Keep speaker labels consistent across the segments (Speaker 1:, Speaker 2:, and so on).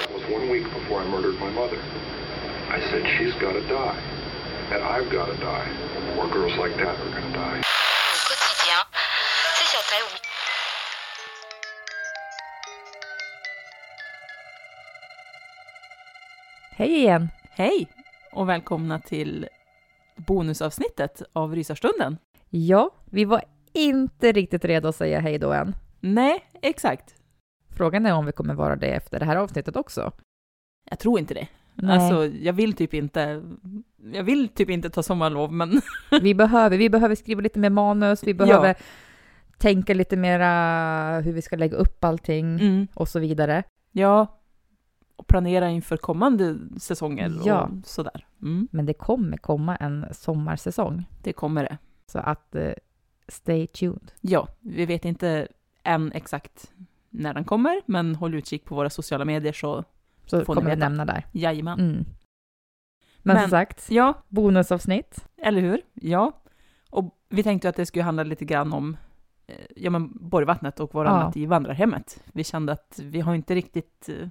Speaker 1: It was one week before I murdered my mother. I said, she's got to die. And I've got to die. More girls like that are going to die.
Speaker 2: au quotidien. C'est sur Taïwan.
Speaker 3: Hej igen!
Speaker 4: Hej och välkomna till bonusavsnittet av Rysarstunden.
Speaker 3: Ja, vi var inte riktigt redo att säga hej då än.
Speaker 4: Nej, exakt.
Speaker 3: Frågan är om vi kommer vara det efter det här avsnittet också.
Speaker 4: Jag tror inte det.
Speaker 3: Nej.
Speaker 4: Alltså, jag vill typ inte, jag vill typ inte ta sommarlov, men
Speaker 3: Vi behöver, vi behöver skriva lite mer manus, vi behöver tänka lite mera hur vi ska lägga upp allting
Speaker 4: mm,
Speaker 3: och så vidare.
Speaker 4: ja, och planera inför kommande säsonger
Speaker 3: Ja.
Speaker 4: och sådär. Mm,
Speaker 3: Men det kommer komma en sommarsäsong,
Speaker 4: det kommer det.
Speaker 3: så att eh, stay tuned.
Speaker 4: Ja, vi vet inte än exakt när den kommer, men håll utkik på våra sociala medier så
Speaker 3: Så
Speaker 4: Får ni
Speaker 3: kommer vi
Speaker 4: veta.
Speaker 3: nämna där.
Speaker 4: jajamän.
Speaker 3: Mm. Men,
Speaker 4: Men-
Speaker 3: som sagt,
Speaker 4: Ja,
Speaker 3: bonusavsnitt.
Speaker 4: Eller hur? Ja. Och vi tänkte ju att det skulle handla lite grann om eh, ja, men Borgvattnet och vår
Speaker 3: Ja.
Speaker 4: natt i vandrarhemmet. Vi kände att vi har inte riktigt... eh,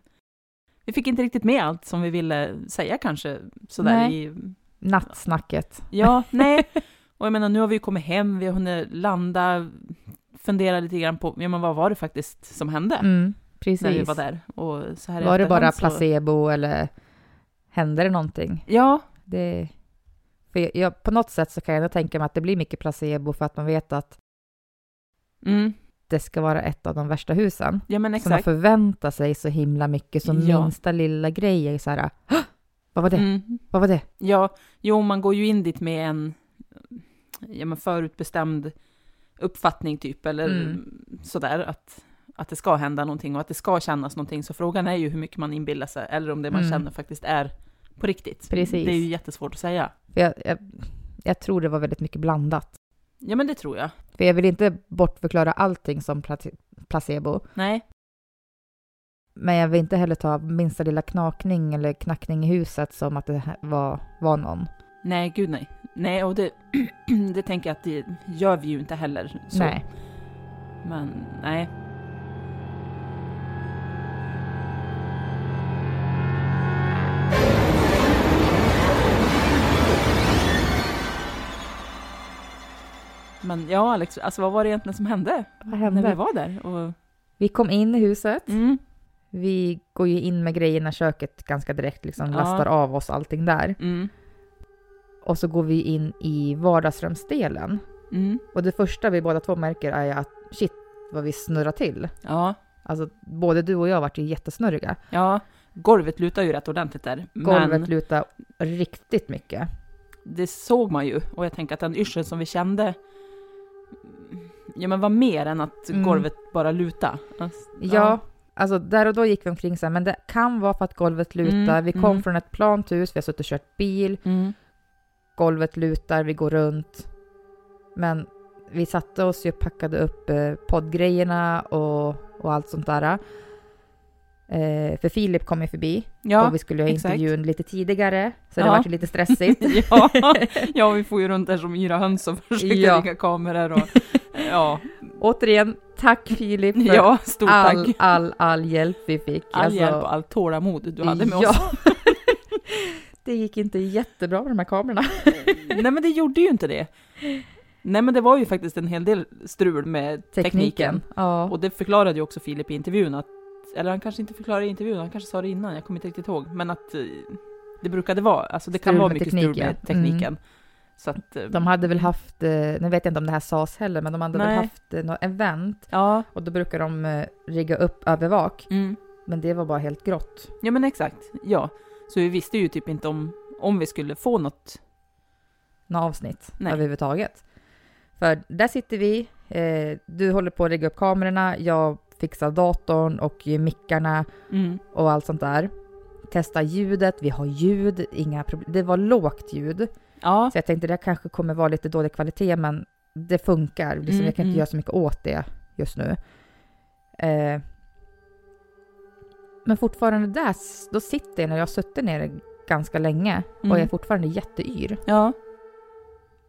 Speaker 4: Vi fick inte riktigt med allt som vi ville säga kanske. Sådär
Speaker 3: Nej.
Speaker 4: i...
Speaker 3: Nattsnacket.
Speaker 4: Ja, nej. Och jag menar, nu har vi ju kommit hem, vi har hunnit landa, fundera lite grann på ja, men vad var det faktiskt som hände
Speaker 3: Mm,
Speaker 4: när vi
Speaker 3: precis.
Speaker 4: var där. Och så här i
Speaker 3: Var det bara
Speaker 4: efterhand
Speaker 3: placebo eller hände det någonting?
Speaker 4: Så... Ja,
Speaker 3: Det, för jag, jag, på något sätt så kan jag ändå tänka mig att det blir mycket placebo för att man vet att
Speaker 4: mm.
Speaker 3: det ska vara ett av de värsta husen.
Speaker 4: ja men
Speaker 3: Så man
Speaker 4: exakt.
Speaker 3: förväntar sig så himla mycket, så
Speaker 4: Ja.
Speaker 3: minsta lilla grej är så här, "Hå! vad var det?
Speaker 4: Mm.
Speaker 3: Vad var det?
Speaker 4: Ja, jo, man går ju in dit med en ja, men förutbestämd uppfattning typ, eller
Speaker 3: Mm.
Speaker 4: sådär, att, att det ska hända någonting och att det ska kännas någonting. Så frågan är ju hur mycket man inbillar sig, eller om det man
Speaker 3: Mm.
Speaker 4: känner faktiskt är på riktigt.
Speaker 3: Precis.
Speaker 4: Det är ju jättesvårt att säga.
Speaker 3: För jag, jag, jag tror det var väldigt mycket blandat.
Speaker 4: Ja, men det tror jag.
Speaker 3: För jag vill inte bortförklara allting som pla- placebo,
Speaker 4: Nej,
Speaker 3: men jag vill inte heller ta minsta lilla knakning eller knackning i huset som att det här var, var någon.
Speaker 4: nej, gud nej. Nej, och det, det tänker jag att det gör vi ju inte heller. Så.
Speaker 3: Nej.
Speaker 4: Men nej. Men ja, Alex, alltså vad var det egentligen som hände,
Speaker 3: Vad
Speaker 4: när vi
Speaker 3: hände?
Speaker 4: var där? Och,
Speaker 3: Vi kom in i huset.
Speaker 4: mm,
Speaker 3: Vi går ju in med grejerna i köket ganska direkt, liksom
Speaker 4: Ja.
Speaker 3: lastar av oss allting där.
Speaker 4: mm,
Speaker 3: Och så går vi in i vardagsrumsdelen.
Speaker 4: mm,
Speaker 3: Och det första vi båda två märker är ju att shit vad vi snurrar till.
Speaker 4: ja,
Speaker 3: Alltså både du och jag vart ju jättesnurriga.
Speaker 4: ja, golvet lutar ju rätt ordentligt där.
Speaker 3: Golvet
Speaker 4: men,
Speaker 3: lutar riktigt mycket.
Speaker 4: det såg man ju och jag tänker att den yrseln som vi kände ja, men var mer än att
Speaker 3: Mm.
Speaker 4: golvet bara luta. Alltså,
Speaker 3: Ja, alltså där och då gick vi omkring så här, men det kan vara för att golvet lutar.
Speaker 4: Mm,
Speaker 3: Vi kom
Speaker 4: mm.
Speaker 3: från ett plant hus, vi har suttit och kört bil,
Speaker 4: Mm.
Speaker 3: golvet lutar, vi går runt. Men vi satte oss ju och packade upp eh, poddgrejerna och, och allt sånt där. Eh, för Filip kom ju förbi
Speaker 4: Ja,
Speaker 3: och vi skulle ha
Speaker 4: exakt.
Speaker 3: intervjun lite tidigare, så det
Speaker 4: Ja.
Speaker 3: var ju lite stressigt.
Speaker 4: ja, ja, vi får ju runt där som yra höns och försöker
Speaker 3: Ja.
Speaker 4: ringa kameror och ja,
Speaker 3: Återigen, tack Filip för
Speaker 4: ja stort
Speaker 3: all,
Speaker 4: tack.
Speaker 3: all, all hjälp vi fick.
Speaker 4: All
Speaker 3: Alltså,
Speaker 4: hjälp och allt tålamod du hade med
Speaker 3: ja.
Speaker 4: oss.
Speaker 3: det gick inte jättebra med de här kamerorna.
Speaker 4: Nej men det gjorde ju inte det. Nej men det var ju faktiskt en hel del strul med tekniken.
Speaker 3: Ja.
Speaker 4: Och det förklarade ju också Filip i intervjun att, eller han kanske inte förklarade i intervjun, han kanske sa det innan, jag kommer inte riktigt ihåg, men att eh, det brukade vara, alltså det kan
Speaker 3: Strul
Speaker 4: vara
Speaker 3: med
Speaker 4: mycket
Speaker 3: teknik,
Speaker 4: strul
Speaker 3: ja.
Speaker 4: med tekniken. Så att, eh,
Speaker 3: De hade väl haft, eh, nu vet jag inte om det här sades heller, men de hade
Speaker 4: Nej.
Speaker 3: väl haft eh, något event
Speaker 4: ja,
Speaker 3: och då brukar de eh, rigga upp övervak,
Speaker 4: mm.
Speaker 3: men det var bara helt grått.
Speaker 4: ja men exakt, ja. Så vi visste ju typ inte om, om vi skulle få något,
Speaker 3: Något avsnitt
Speaker 4: Nej.
Speaker 3: överhuvudtaget. För där sitter vi, eh, du håller på att rigga upp kamerorna, jag fixar datorn och mickarna
Speaker 4: mm.
Speaker 3: och allt sånt där. Testa ljudet, vi har ljud, inga problem. Det var lågt ljud,
Speaker 4: ja,
Speaker 3: så jag tänkte det kanske kommer vara lite dålig kvalitet, men det funkar. Liksom,
Speaker 4: Mm,
Speaker 3: jag kan inte
Speaker 4: mm.
Speaker 3: göra så mycket åt det just nu. Eh, men fortfarande där, s- då sitter jag när jag har suttit ner ganska länge och
Speaker 4: Mm.
Speaker 3: jag är fortfarande jätteyr.
Speaker 4: ja,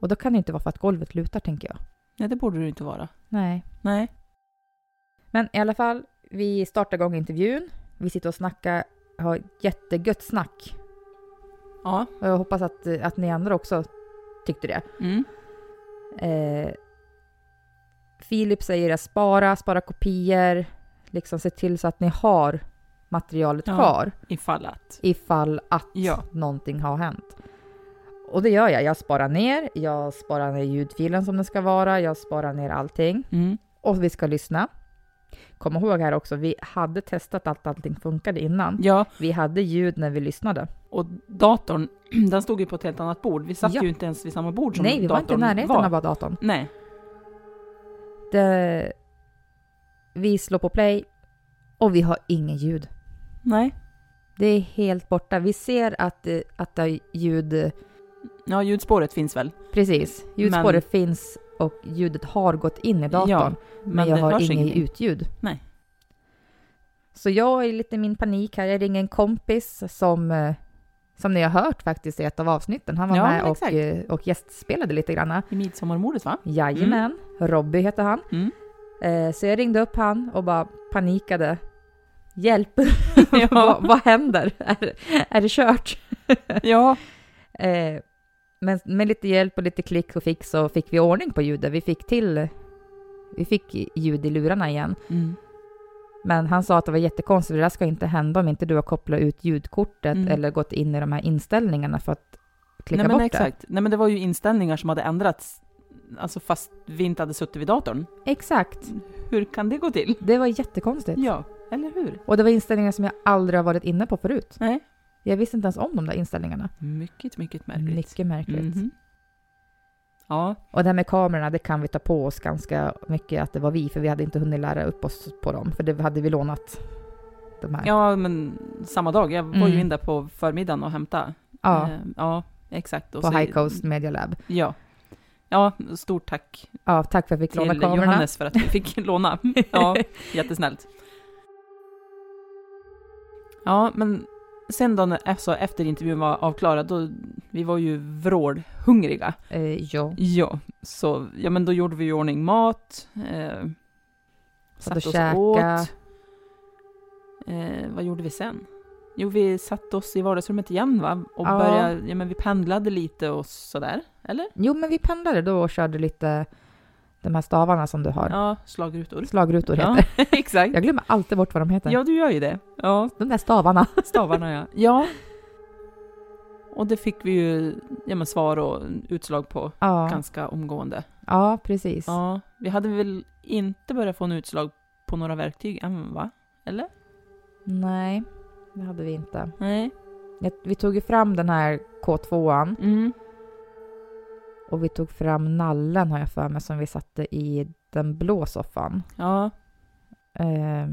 Speaker 3: Och då kan det inte vara för att golvet lutar, tänker jag.
Speaker 4: nej det borde det ju inte vara.
Speaker 3: Nej.
Speaker 4: Nej.
Speaker 3: Men i alla fall, vi startar igång intervjun. Vi sitter och snackar, har jättegött snack.
Speaker 4: Ja.
Speaker 3: Och jag hoppas att, eh, att ni andra också tyckte det.
Speaker 4: Mm.
Speaker 3: Eh, Filip säger att spara, spara kopior, liksom se till så att ni har materialet
Speaker 4: Ja.
Speaker 3: kvar
Speaker 4: Ifall att.
Speaker 3: ifall att
Speaker 4: Ja.
Speaker 3: någonting har hänt. Och det gör jag. Jag sparar ner, jag sparar ner ljudfilen som den ska vara, jag sparar ner allting
Speaker 4: Mm.
Speaker 3: och vi ska lyssna. Kom ihåg här också, vi hade testat att allting funkade innan.
Speaker 4: Ja,
Speaker 3: Vi hade ljud när vi lyssnade.
Speaker 4: och datorn, den stod ju på ett helt annat bord. Vi satt
Speaker 3: Ja.
Speaker 4: ju inte ens vid samma bord som
Speaker 3: Nej, vi var inte i
Speaker 4: datorn
Speaker 3: närheten
Speaker 4: var.
Speaker 3: av vad datorn.
Speaker 4: Nej.
Speaker 3: Det, vi slår på play och vi har ingen ljud.
Speaker 4: Nej.
Speaker 3: Det är helt borta. Vi ser att, eh, att det är ljud...
Speaker 4: Ja, ljudspåret finns väl?
Speaker 3: Precis, ljudspåret finns och ljudet har gått in i datorn.
Speaker 4: Ja,
Speaker 3: men, jag
Speaker 4: det
Speaker 3: har
Speaker 4: hörs
Speaker 3: inget
Speaker 4: ingenting.
Speaker 3: utljud.
Speaker 4: Nej.
Speaker 3: Så jag är lite i min panik här. Jag ringer en kompis som, eh, som ni har hört faktiskt i ett av avsnitten. Han var
Speaker 4: Ja,
Speaker 3: med
Speaker 4: men
Speaker 3: och,
Speaker 4: exakt. Mm.
Speaker 3: eh, och gästspelade lite grann.
Speaker 4: I midsommarmordet va?
Speaker 3: Jajamän, Robby heter han.
Speaker 4: Mm.
Speaker 3: Eh, Så jag ringde upp han och bara panikade. Hjälp,
Speaker 4: ja.
Speaker 3: vad, vad händer? Är, är det kört?
Speaker 4: ja.
Speaker 3: Eh, men med lite hjälp och lite klick och fix så fick vi ordning på ljudet. Vi fick till... Vi fick ljud i lurarna igen.
Speaker 4: Mm.
Speaker 3: Men han sa att det var jättekonstigt, det där ska inte hända om inte du har kopplat ut ljudkortet
Speaker 4: Mm.
Speaker 3: eller gått in i de här inställningarna för att klicka
Speaker 4: Nej, men
Speaker 3: bort
Speaker 4: exakt. Nej men det var ju inställningar som hade ändrats, alltså fast vi inte hade suttit vid datorn.
Speaker 3: det. Exakt.
Speaker 4: Hur kan det gå till?
Speaker 3: Det var jättekonstigt.
Speaker 4: Ja, eller hur?
Speaker 3: Och det var inställningar som jag aldrig har varit inne på förut.
Speaker 4: Nej.
Speaker 3: Jag visste inte ens om de där inställningarna.
Speaker 4: Mycket, mycket märkligt.
Speaker 3: Mycket märkligt.
Speaker 4: Mhm. Ja,
Speaker 3: Och det här med kamerorna, det kan vi ta på oss ganska mycket att det var vi, för vi hade inte hunnit lära upp oss på dem, för det hade vi lånat. De här.
Speaker 4: ja, men samma dag. Jag var ju
Speaker 3: Mm.
Speaker 4: in där på förmiddagen och hämtade.
Speaker 3: Ja,
Speaker 4: Eh, ja exakt. Och
Speaker 3: på
Speaker 4: så-
Speaker 3: High Coast Media Lab.
Speaker 4: Ja. Ja, stort tack
Speaker 3: Ja, tack för att vi fick
Speaker 4: till
Speaker 3: låna kamerorna.
Speaker 4: Johannes för att vi fick låna. Ja, jättesnällt. Ja, men sen då när, alltså, efter intervjun var avklarad, då, vi var ju vrålhungriga.
Speaker 3: Eh, ja,
Speaker 4: Ja, så ja, men då gjorde vi i ordning mat, eh, satt
Speaker 3: och
Speaker 4: oss
Speaker 3: käka.
Speaker 4: åt. Eh, vad gjorde vi sen? Jo, vi satte oss i vardagsrummet igen va? Och
Speaker 3: Ja.
Speaker 4: började, ja men vi pendlade lite och sådär, eller?
Speaker 3: Jo, men vi pendlade då och körde lite de här stavarna som du har.
Speaker 4: Ja, slagrutor.
Speaker 3: Slagrutor heter
Speaker 4: Ja, exakt.
Speaker 3: Jag glömmer alltid bort vad de heter.
Speaker 4: Ja, du gör ju det. Ja,
Speaker 3: De där stavarna.
Speaker 4: stavarna ja. Ja. Och det fick vi ju ja, men svar och utslag på
Speaker 3: Ja,
Speaker 4: ganska omgående.
Speaker 3: ja precis.
Speaker 4: Ja, vi hade väl inte börjat få en utslag på några verktyg än va? Eller?
Speaker 3: Nej, det hade vi inte.
Speaker 4: Nej.
Speaker 3: Jag- Vi tog ju fram den här K2an
Speaker 4: Mm.
Speaker 3: Och vi tog fram nallen har jag för mig som vi satte i den blå soffan.
Speaker 4: Ja.
Speaker 3: Eh,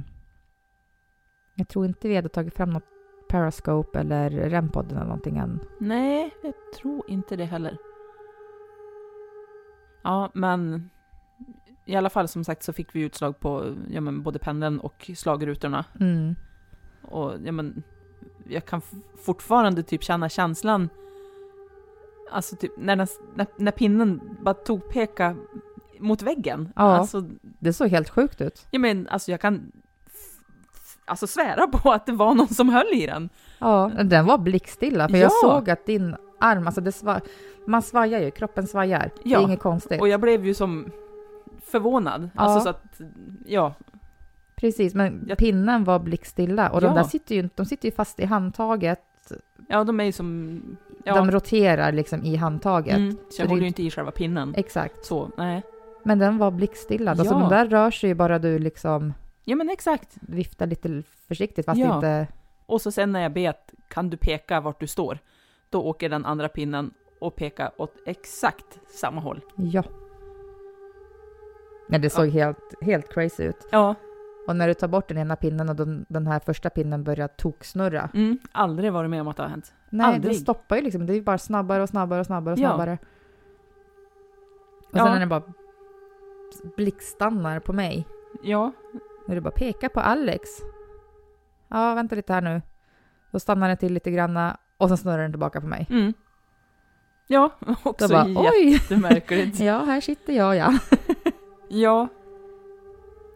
Speaker 3: jag tror inte vi hade tagit fram något Periscope eller Rempodden eller någonting än.
Speaker 4: Nej, jag tror inte det heller. Ja, men i alla fall som sagt så fick vi utslag på ja, men både pendeln och slagrutorna.
Speaker 3: Mm.
Speaker 4: Och ja, men, jag kan f- fortfarande typ känna känslan, alltså typ när, den, när, när pinnen bara tog peka mot väggen.
Speaker 3: Ja.
Speaker 4: Alltså,
Speaker 3: Det såg helt sjukt ut.
Speaker 4: jag, men, alltså, jag kan f- f- alltså, svära på att det var någon som höll i den.
Speaker 3: Ja, den var blickstilla för
Speaker 4: Ja.
Speaker 3: jag såg att din arm, alltså det sva- man svajar ju, kroppen svajar. Det
Speaker 4: Ja,
Speaker 3: är inget konstigt.
Speaker 4: Och jag blev ju som förvånad.
Speaker 3: Ja.
Speaker 4: Alltså så att, ja,
Speaker 3: Precis, men
Speaker 4: Jag-
Speaker 3: pinnen var blickstilla och
Speaker 4: Ja.
Speaker 3: de där sitter ju, de sitter ju fast i handtaget.
Speaker 4: ja de är ju som... Ja,
Speaker 3: De roterar liksom i handtaget.
Speaker 4: mm, så
Speaker 3: Så
Speaker 4: jag
Speaker 3: det-
Speaker 4: håller ju inte i själva pinnen.
Speaker 3: Exakt.
Speaker 4: Så, nej.
Speaker 3: Men den var blickstilla. Alltså
Speaker 4: Ja.
Speaker 3: de där rör sig ju bara du liksom
Speaker 4: Ja men exakt.
Speaker 3: viftar lite försiktigt fast
Speaker 4: Ja.
Speaker 3: inte...
Speaker 4: Och så sen när jag bet, kan du peka vart du står? Då åker den andra pinnen och pekar åt exakt samma håll.
Speaker 3: Ja. Men det såg helt, helt crazy ut.
Speaker 4: Ja.
Speaker 3: Och när du tar bort den ena pinnen och den, den här första pinnen börjar toksnurra.
Speaker 4: Mm, aldrig varit med om att det har hänt.
Speaker 3: Nej,
Speaker 4: Aldrig.
Speaker 3: den stoppar ju liksom. Det är ju bara snabbare och snabbare och snabbare och
Speaker 4: Ja.
Speaker 3: snabbare. Och
Speaker 4: Ja.
Speaker 3: sen när den bara blickstannar på mig.
Speaker 4: Ja.
Speaker 3: När du bara pekar på Alex. Ja, vänta lite här nu. Då stannar den till lite granna och sen snurrar den tillbaka på mig.
Speaker 4: Mm. Ja,
Speaker 3: Då
Speaker 4: också
Speaker 3: bara oj!
Speaker 4: jättemärkligt.
Speaker 3: Ja, här sitter jag ja.
Speaker 4: ja.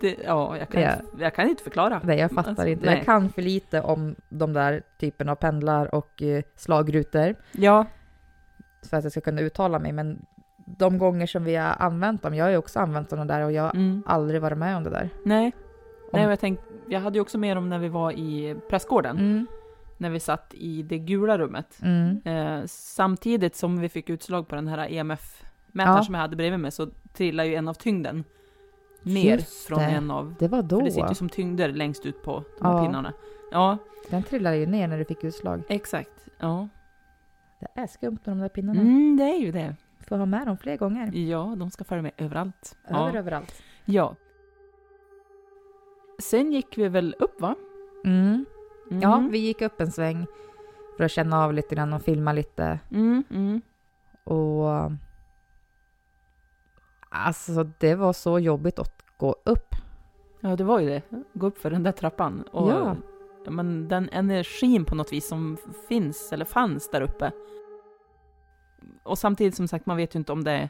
Speaker 4: Det, ja, jag kan,
Speaker 3: Ja.
Speaker 4: Inte, jag kan inte förklara.
Speaker 3: Nej, jag fattar
Speaker 4: Alltså,
Speaker 3: inte.
Speaker 4: nej.
Speaker 3: Jag kan för lite om de där typen av pendlar och eh, slagrutor
Speaker 4: Ja,
Speaker 3: för att jag ska kunna uttala mig, men de gånger som vi har använt dem, jag har ju också använt sådana där och jag har
Speaker 4: mm.
Speaker 3: aldrig varit med om det där.
Speaker 4: nej. Nej,
Speaker 3: Om-
Speaker 4: och jag tänkte, jag hade ju också med dem när vi var i prästgården,
Speaker 3: Mm.
Speaker 4: när vi satt i det gula rummet.
Speaker 3: Mm.
Speaker 4: Eh, samtidigt som vi fick utslag på den här EMF-mätaren
Speaker 3: Ja.
Speaker 4: som jag hade bredvid mig så trillar ju en av tyngden ner
Speaker 3: Just
Speaker 4: från
Speaker 3: det.
Speaker 4: en av...
Speaker 3: Det var då.
Speaker 4: För det sitter ju som tyngder längst ut på de här
Speaker 3: Ja.
Speaker 4: pinnarna. Ja,
Speaker 3: Den trillade ju ner när du fick utslag.
Speaker 4: exakt. Ja.
Speaker 3: Det är skumt med de där pinnarna.
Speaker 4: Mm, det är ju det.
Speaker 3: Får ha med dem fler gånger.
Speaker 4: Ja, de ska följa med överallt.
Speaker 3: Över
Speaker 4: Ja.
Speaker 3: överallt.
Speaker 4: ja. Sen gick vi väl upp va?
Speaker 3: Mm.
Speaker 4: Mm.
Speaker 3: Ja, vi gick upp en sväng för att känna av lite grann och filma lite.
Speaker 4: Mm, mm.
Speaker 3: Och... Alltså, det var så jobbigt att gå upp.
Speaker 4: Ja, det var ju det. Gå upp för den där trappan. Och,
Speaker 3: Ja.
Speaker 4: ja, Men den energin på något vis som finns eller fanns där uppe. Och samtidigt som sagt, man vet ju inte om det är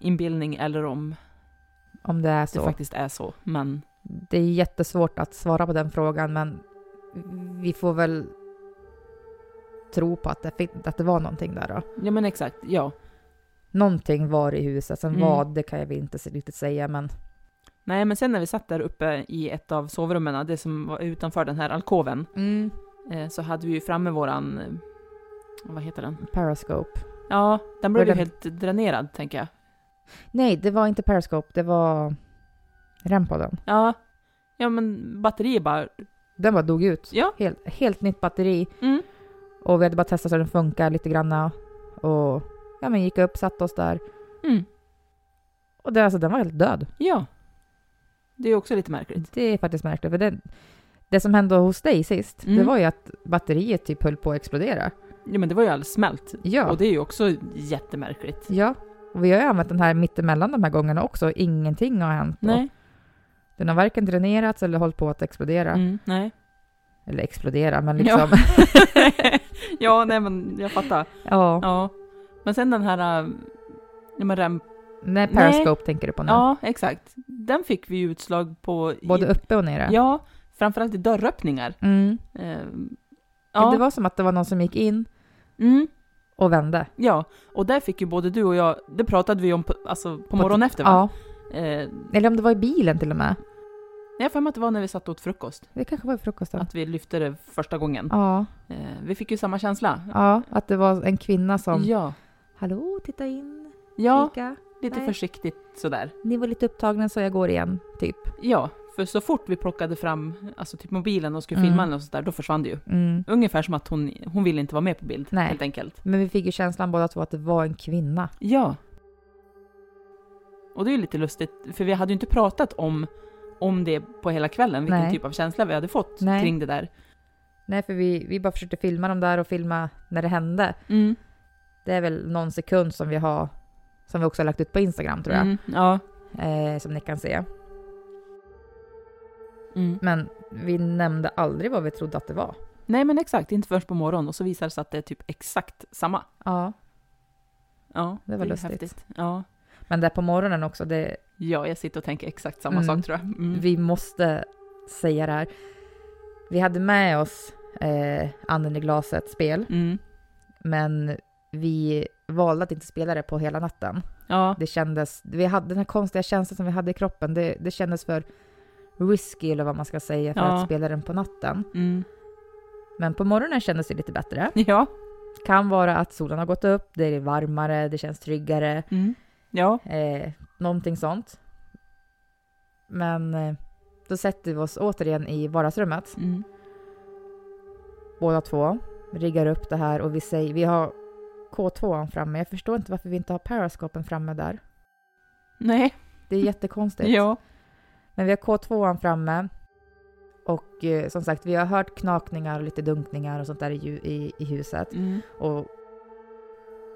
Speaker 4: inbildning eller om
Speaker 3: Om det är
Speaker 4: det
Speaker 3: så.
Speaker 4: faktiskt är så. Men
Speaker 3: Det är jättesvårt att svara på den frågan, men vi får väl tro på att det, fin- att det var någonting där då.
Speaker 4: ja, men exakt. Ja.
Speaker 3: Någonting var i huset, sen
Speaker 4: Mm.
Speaker 3: vad, det kan jag väl inte s- riktigt säga, men
Speaker 4: Nej, men sen när vi satt där uppe i ett av sovrummen, det som var utanför den här alkoven, eh, så hade vi ju framme våran, eh, vad heter den?
Speaker 3: Periscope.
Speaker 4: Ja, den blev
Speaker 3: Var
Speaker 4: ju
Speaker 3: den-
Speaker 4: helt dränerad, tänker jag.
Speaker 3: Nej, det var inte Periscope, det var Rempodden.
Speaker 4: Ja, ja men batteriet bara,
Speaker 3: Den bara dog ut.
Speaker 4: Ja.
Speaker 3: Helt, helt nytt batteri.
Speaker 4: mm,
Speaker 3: Och vi hade bara testat så den funkar lite granna. Och ja, men gick upp, satte oss där.
Speaker 4: mm,
Speaker 3: Och det, alltså, den var helt död.
Speaker 4: ja. Det är ju också lite märkligt.
Speaker 3: Det är faktiskt märkligt. För det, det som hände hos dig sist,
Speaker 4: Mm.
Speaker 3: det var ju att batteriet typ höll på att explodera.
Speaker 4: Ja men det var ju alldeles smält.
Speaker 3: Ja.
Speaker 4: Och det är ju också jättemärkligt.
Speaker 3: ja. Och vi har ju använt den här mittemellan de här gångerna också. Ingenting har hänt. då.
Speaker 4: Nej.
Speaker 3: Den har varken dränerats eller hållit på att explodera.
Speaker 4: Mm, nej.
Speaker 3: Eller explodera, men
Speaker 4: Ja.
Speaker 3: liksom. Ja.
Speaker 4: ja, nej men jag fattar.
Speaker 3: ja.
Speaker 4: Ja. Men sen den här... äh, Ja, men rem...
Speaker 3: Nej,
Speaker 4: Nej.
Speaker 3: periscope tänker du på nu.
Speaker 4: ja exakt. Den fick vi ju utslag på... i-
Speaker 3: Både uppe och nere.
Speaker 4: Ja, framförallt i dörröppningar.
Speaker 3: Mm.
Speaker 4: Eh,
Speaker 3: Ja.
Speaker 4: ja.
Speaker 3: Det var som att det var någon som gick in
Speaker 4: Mm,
Speaker 3: och vände.
Speaker 4: ja, och där fick ju både du och jag, det pratade vi om på, alltså, på morgonen efter va?
Speaker 3: Ja.
Speaker 4: Eh,
Speaker 3: Eller om det var i bilen till och med.
Speaker 4: jag har för mig att det var när vi satt och åt frukost,
Speaker 3: Det kanske var i frukosten.
Speaker 4: att vi lyfte det första gången.
Speaker 3: Ja,
Speaker 4: Eh, vi fick ju samma känsla.
Speaker 3: ja, att det var en kvinna som...
Speaker 4: Ja,
Speaker 3: Hallå, titta in,
Speaker 4: ja
Speaker 3: kika.
Speaker 4: lite
Speaker 3: nej.
Speaker 4: försiktigt sådär.
Speaker 3: Ni var lite upptagna så jag går igen, typ.
Speaker 4: Ja, för så fort vi plockade fram alltså typ mobilen och skulle
Speaker 3: Mm.
Speaker 4: filma eller något sånt där, då försvann det ju.
Speaker 3: Mm.
Speaker 4: Ungefär som att hon, hon ville inte vara med på bild,
Speaker 3: Nej.
Speaker 4: helt enkelt.
Speaker 3: Men vi fick ju känslan båda två att det var en kvinna.
Speaker 4: Ja, Och det är ju lite lustigt, för vi hade ju inte pratat om, om det på hela kvällen, vilken
Speaker 3: Nej.
Speaker 4: typ av känsla vi hade fått
Speaker 3: Nej.
Speaker 4: kring det där.
Speaker 3: Nej, för vi, vi bara försökte filma dem där och filma när det hände.
Speaker 4: Mm.
Speaker 3: Det är väl någon sekund som vi har, som vi också har lagt ut på Instagram tror jag,
Speaker 4: Mm, ja.
Speaker 3: eh, som ni kan se.
Speaker 4: Mm.
Speaker 3: Men vi nämnde aldrig vad vi trodde att det var.
Speaker 4: Nej men exakt, inte förrän på morgonen och så visar det sig att det är typ exakt samma.
Speaker 3: Ja,
Speaker 4: Ja,
Speaker 3: Det var
Speaker 4: är
Speaker 3: lustigt.
Speaker 4: häftigt. Ja.
Speaker 3: men där på morgonen också, det,
Speaker 4: ja, jag sitter och tänker exakt samma
Speaker 3: Mm.
Speaker 4: sak tror jag. Mm.
Speaker 3: vi måste säga det här. Vi hade med oss eh, Anden i glaset spel,
Speaker 4: Mm.
Speaker 3: men vi valde att inte spela det på hela natten.
Speaker 4: Ja,
Speaker 3: Det kändes, vi hade den här konstiga känslan som vi hade i kroppen, det, det kändes för risky eller vad man ska säga för
Speaker 4: Ja.
Speaker 3: att spela den på natten.
Speaker 4: mm.
Speaker 3: Men på morgonen kändes det lite bättre.
Speaker 4: ja.
Speaker 3: Kan vara att solen har gått upp, det är varmare, det känns tryggare,
Speaker 4: Mm. ja.
Speaker 3: eh, någonting sånt. Men eh, då sätter vi oss återigen i vardagsrummet,
Speaker 4: Mm.
Speaker 3: båda två, riggar upp det här och vi säger, vi har K2 framme. Jag förstår inte varför vi inte har periscopen framme där.
Speaker 4: Nej,
Speaker 3: Det är jättekonstigt.
Speaker 4: ja.
Speaker 3: Men vi har K2 framme. Och eh, som sagt, vi har hört knakningar och lite dunkningar och sånt där i, ju- i, i huset.
Speaker 4: Mm.
Speaker 3: Och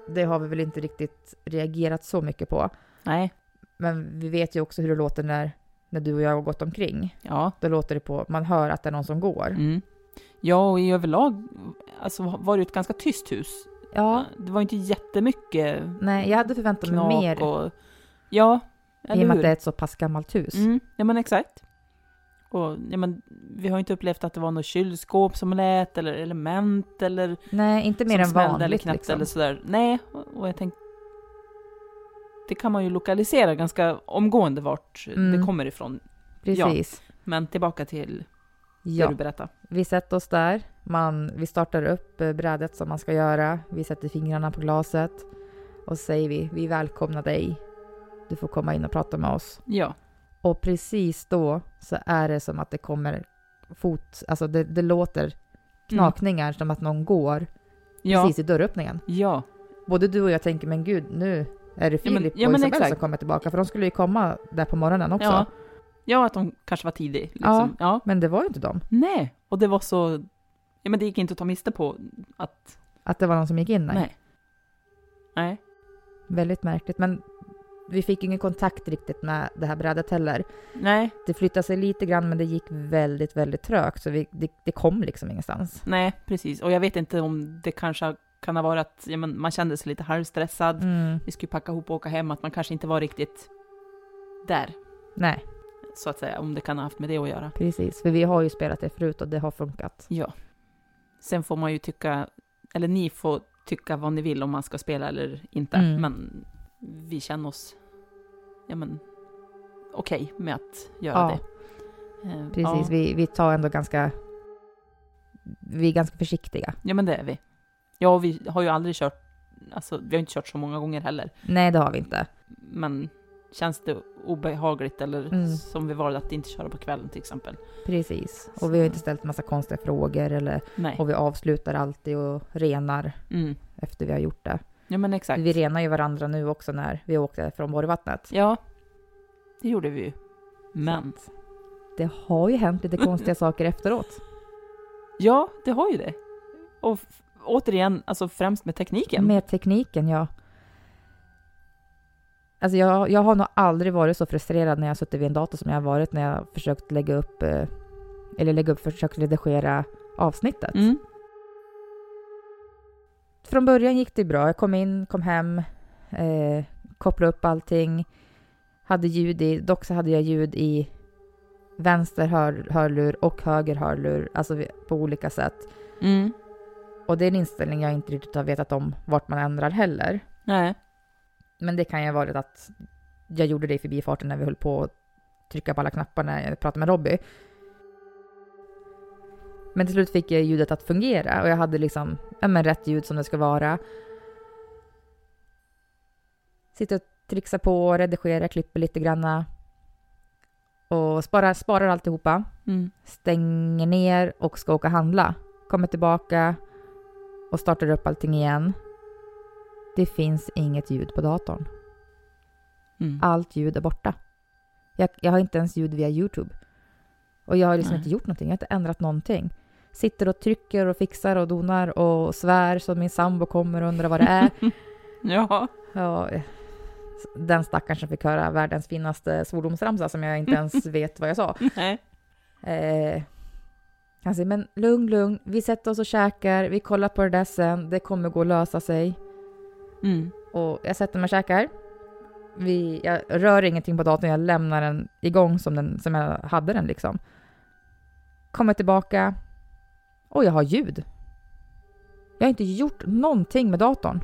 Speaker 3: det har vi väl inte riktigt reagerat så mycket på.
Speaker 4: Nej,
Speaker 3: Men vi vet ju också hur det låter när, när du och jag har gått omkring.
Speaker 4: ja.
Speaker 3: Då låter det på, man hör att det är någon som går.
Speaker 4: Mm. Ja, och i överlag alltså, var det ju ett ganska tyst hus.
Speaker 3: Ja,
Speaker 4: Det var ju inte jättemycket
Speaker 3: nej, jag hade förväntat mig
Speaker 4: knak
Speaker 3: mer
Speaker 4: och... Ja,
Speaker 3: i och med att
Speaker 4: hur?
Speaker 3: det är ett så pass gammalt hus.
Speaker 4: Mm, ja men exakt. Och ja, men, vi har ju inte upplevt att det var något kylskåp som lät eller element eller
Speaker 3: Nej, inte mer
Speaker 4: som
Speaker 3: än
Speaker 4: smällde
Speaker 3: vanligt.
Speaker 4: eller
Speaker 3: liksom.
Speaker 4: knäppte eller sådär. Nej, och- och jag tänkte det kan man ju lokalisera ganska omgående vart
Speaker 3: Mm.
Speaker 4: det kommer ifrån.
Speaker 3: Precis.
Speaker 4: Men tillbaka till
Speaker 3: Ja.
Speaker 4: det du berättade.
Speaker 3: Vi sätter oss där. Man, vi startar upp eh, brädet som man ska göra. Vi sätter fingrarna på glaset och säger vi, vi välkomnar dig. Du får komma in och prata med oss.
Speaker 4: Ja.
Speaker 3: Och precis då så är det som att det kommer fot, alltså det, det låter knakningar som att någon går
Speaker 4: Mm. Ja.
Speaker 3: precis i dörröppningen.
Speaker 4: Ja.
Speaker 3: Både du och jag tänker, men gud nu är det
Speaker 4: Ja, men-
Speaker 3: Filip
Speaker 4: ja,
Speaker 3: och
Speaker 4: men
Speaker 3: Isabel som
Speaker 4: exakt.
Speaker 3: kommer tillbaka för de skulle ju komma där på morgonen också.
Speaker 4: Ja. ja, att de kanske var tidig. Liksom. Ja.
Speaker 3: Men det var ju inte dem.
Speaker 4: Nej, och det var så... Ja, men det gick inte att ta miste på att...
Speaker 3: Att det var någon som gick in. där.
Speaker 4: Nej. Nej.
Speaker 3: Väldigt märkligt, men vi fick ingen kontakt riktigt med det här brädet heller.
Speaker 4: Nej.
Speaker 3: Det flyttade sig lite grann, men det gick väldigt, väldigt trögt, så vi, det, det kom liksom ingenstans.
Speaker 4: Nej, precis. Och jag vet inte om det kanske kan ha varit att ja, men man kände sig lite halvstressad.
Speaker 3: Mm,
Speaker 4: Vi skulle packa ihop och åka hem, att man kanske inte var riktigt där,
Speaker 3: nej,
Speaker 4: så att säga. Om det kan ha haft med det att göra.
Speaker 3: precis, för vi har ju spelat det förut och det har funkat.
Speaker 4: Ja. Sen får man ju tycka, eller ni får tycka vad ni vill om man ska spela eller inte.
Speaker 3: Mm.
Speaker 4: Men vi känner oss, ja men, okej med att göra
Speaker 3: Ja.
Speaker 4: det. Eh,
Speaker 3: Precis,
Speaker 4: Ja.
Speaker 3: vi, vi tar ändå ganska... Vi är ganska försiktiga.
Speaker 4: ja men det är vi. Ja, och vi har ju aldrig kört, alltså vi har inte kört så många gånger heller.
Speaker 3: Nej, det har vi inte.
Speaker 4: Men känns det obehagligt eller
Speaker 3: Mm.
Speaker 4: som vi valde att inte köra på kvällen till exempel.
Speaker 3: Precis, och vi har inte ställt massa konstiga frågor eller...
Speaker 4: Nej.
Speaker 3: Och vi avslutar alltid och renar
Speaker 4: Mm.
Speaker 3: efter vi har gjort det.
Speaker 4: Ja men exakt.
Speaker 3: Vi renar ju varandra nu också när vi åkte från Borgvattnet.
Speaker 4: Ja, det gjorde vi ju. Men.
Speaker 3: Så att Det har ju hänt lite konstiga saker efteråt.
Speaker 4: Ja, det har ju det. Och f- återigen, alltså främst med tekniken.
Speaker 3: Med tekniken, ja. Alltså jag, jag har nog aldrig varit så frustrerad när jag suttit vid en dator som jag har varit när jag försökt lägga upp, eh, eller lägga upp, försökt redigera avsnittet.
Speaker 4: Mm.
Speaker 3: Från början gick det bra. Jag kom in, kom hem, eh, kopplade upp allting. Hade ljud i, dock så hade jag ljud i vänster hör, hörlur och höger hörlur, alltså vi- på olika sätt.
Speaker 4: Mm.
Speaker 3: Och det är en inställning jag inte riktigt har vetat om vart man ändrar heller.
Speaker 4: Nej.
Speaker 3: Men det kan ju ha varit att jag gjorde det i förbifarten när vi höll på att trycka på alla knappar när jag pratade med Robby. Men till slut fick jag ljudet att fungera och jag hade liksom ja, men rätt ljud som det ska vara. Sitter och trixar på, redigerar, klipper lite granna. Och sparar, sparar alltihopa
Speaker 4: Mm.
Speaker 3: stänger ner och ska åka handla. Kommer tillbaka och startar upp allting igen. Det finns inget ljud på datorn.
Speaker 4: Mm.
Speaker 3: Allt ljud är borta. Jag, jag har inte ens ljud via Youtube. Och jag har liksom
Speaker 4: Nej.
Speaker 3: inte gjort någonting, jag har inte ändrat någonting. Sitter och trycker och fixar och donar och svär så min sambo kommer och undrar vad det är.
Speaker 4: Ja.
Speaker 3: ja, eh, den stackaren som fick höra världens finaste svordomsramsa som jag inte ens vet vad jag sa.
Speaker 4: Nej.
Speaker 3: Eh, han säger, men lugn, lugn, vi sätter oss och käkar, vi kollar på det där sen, det kommer gå att lösa sig.
Speaker 4: Mm.
Speaker 3: Och jag sätter mig och käkar. Vi, jag rör ingenting på datorn, jag lämnar den igång som, den, som jag hade den liksom. Kommer tillbaka och jag har ljud. Jag har inte gjort någonting med datorn.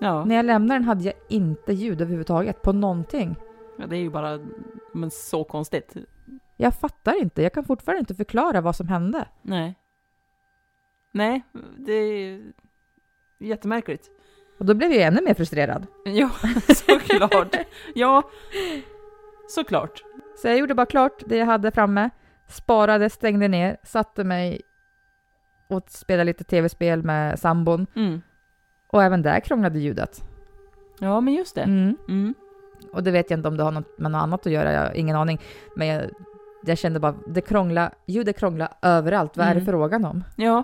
Speaker 4: Ja.
Speaker 3: När jag lämnade den hade jag inte ljud överhuvudtaget på någonting.
Speaker 4: ja, det är ju bara men så konstigt.
Speaker 3: Jag fattar inte, jag kan fortfarande inte förklara vad som hände.
Speaker 4: Nej. Nej, det är jättemärkligt.
Speaker 3: Och då blev jag ännu mer frustrerad.
Speaker 4: Ja, såklart. ja, såklart.
Speaker 3: Så jag gjorde bara klart det jag hade framme, sparade, stängde ner, satte mig och spelade lite tv-spel med sambon.
Speaker 4: Mm.
Speaker 3: Och även där krånglade ljudet.
Speaker 4: Ja, men just det.
Speaker 3: Mm.
Speaker 4: Mm.
Speaker 3: Och det vet jag inte om det har något med något annat att göra, jag har ingen aning. Men jag, jag kände bara, det krångla, ljudet krånglar överallt, vad är det
Speaker 4: Mm.
Speaker 3: frågan om?
Speaker 4: Ja.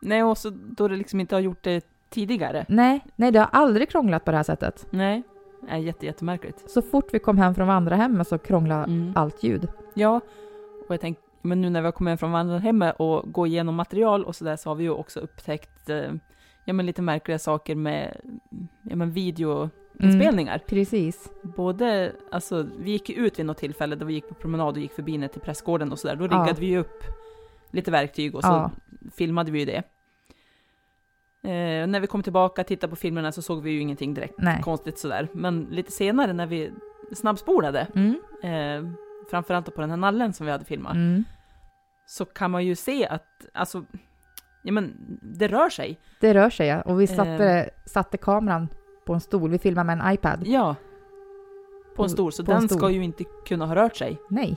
Speaker 4: Nej, och så då det liksom inte har gjort det tidigare.
Speaker 3: Nej, nej det har aldrig krånglat på det här sättet.
Speaker 4: Nej, är jätte, jättemärkligt.
Speaker 3: Så fort vi kom hem från vandrarhemmet så krånglade
Speaker 4: Mm.
Speaker 3: allt ljud.
Speaker 4: Ja, och jag tänkte, men nu när vi har kommit hem från vandrarhemmet och går igenom material och sådär så har vi ju också upptäckt eh, ja, men lite märkliga saker med ja, men videoinspelningar.
Speaker 3: Precis.
Speaker 4: Både, alltså vi gick ju ut vid något tillfälle då vi gick på promenad och gick förbi ner till prästgården och sådär. Då
Speaker 3: Ja.
Speaker 4: riggade vi ju upp lite verktyg och så
Speaker 3: Ja.
Speaker 4: filmade vi ju det. Eh, när vi kom tillbaka och tittade på filmerna så såg vi ju ingenting direkt
Speaker 3: Nej.
Speaker 4: konstigt sådär. Men lite senare när vi snabbspolade,
Speaker 3: Mm.
Speaker 4: eh, framförallt då på den här nallen som vi hade filmat,
Speaker 3: Mm.
Speaker 4: så kan man ju se att, alltså, ja men det rör sig.
Speaker 3: Det rör sig ja. Och vi satte, satte kameran på en stol, vi filmade med en iPad.
Speaker 4: Ja. På en stor, så
Speaker 3: På en
Speaker 4: den
Speaker 3: stol.
Speaker 4: ska ju inte kunna ha rört sig.
Speaker 3: Nej,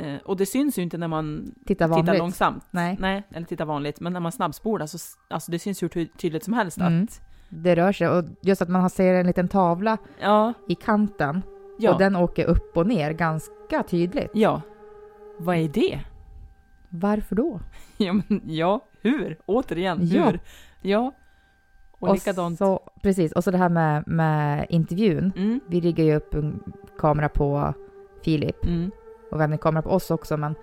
Speaker 4: Eh, och det syns ju inte när man
Speaker 3: titta vanligt.
Speaker 4: tittar långsamt.
Speaker 3: Nej.
Speaker 4: eller titta vanligt. Men när man snabbspolar så s- alltså det syns hur ty- tydligt som helst att
Speaker 3: Mm. Det rör sig och just att man har- ser en liten tavla
Speaker 4: ja,
Speaker 3: i kanten
Speaker 4: ja,
Speaker 3: och den åker upp och ner ganska tydligt.
Speaker 4: ja. Vad är det?
Speaker 3: Varför då?
Speaker 4: Ja, men, ja hur? Återigen,
Speaker 3: Ja.
Speaker 4: hur? Ja. Och, likadant.
Speaker 3: Så, precis, och så det här med, med intervjun.
Speaker 4: Mm,
Speaker 3: Vi riggar ju upp en kamera på Filip
Speaker 4: mm.
Speaker 3: och vi hade en kamera på oss också men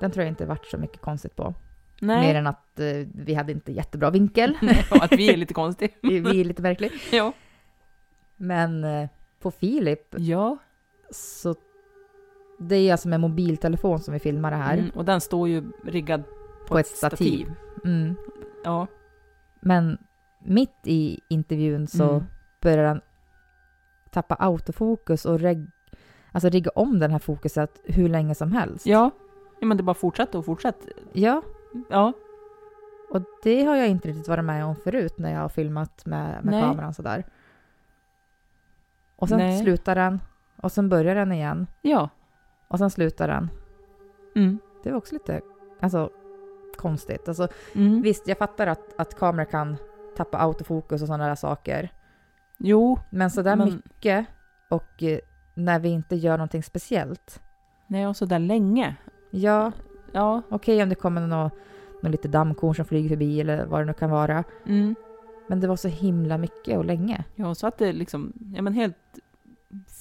Speaker 3: den tror jag inte varit så mycket konstigt på. Mer
Speaker 4: Nej,
Speaker 3: än att eh, vi hade inte jättebra vinkel.
Speaker 4: och att vi är lite konstiga.
Speaker 3: vi, vi är lite märkliga.
Speaker 4: ja.
Speaker 3: Men eh, på Filip
Speaker 4: ja.
Speaker 3: så det är alltså med mobiltelefon som vi filmar det här.
Speaker 4: Mm, och den står ju riggad på,
Speaker 3: På ett stativ. Mm.
Speaker 4: Ja.
Speaker 3: Men mitt i intervjun så
Speaker 4: Mm.
Speaker 3: börjar han tappa autofokus och reg- alltså rigga om den här fokuset hur länge som helst.
Speaker 4: ja. Ja, men det bara fortsatte och fortsatte.
Speaker 3: Ja,
Speaker 4: Ja.
Speaker 3: och det har jag inte riktigt varit med om förut när jag har filmat med, med
Speaker 4: Nej.
Speaker 3: kameran sådär. Och sen
Speaker 4: Nej.
Speaker 3: slutar den och sen börjar den igen
Speaker 4: Ja.
Speaker 3: och sen slutar den.
Speaker 4: Mm.
Speaker 3: Det var också lite alltså, konstigt. Alltså,
Speaker 4: Mm.
Speaker 3: Visst, jag fattar att, att kameror kan tappa autofokus och sådana där saker.
Speaker 4: Jo,
Speaker 3: Men sådär
Speaker 4: Men-
Speaker 3: mycket och eh, när vi inte gör någonting speciellt.
Speaker 4: nej, och så där länge.
Speaker 3: Ja,
Speaker 4: Ja.
Speaker 3: okej om det kommer någon, någon lite dammkorn som flyger förbi eller vad det nu kan vara.
Speaker 4: Mm.
Speaker 3: Men det var så himla mycket och länge.
Speaker 4: Ja, så att det liksom, ja men helt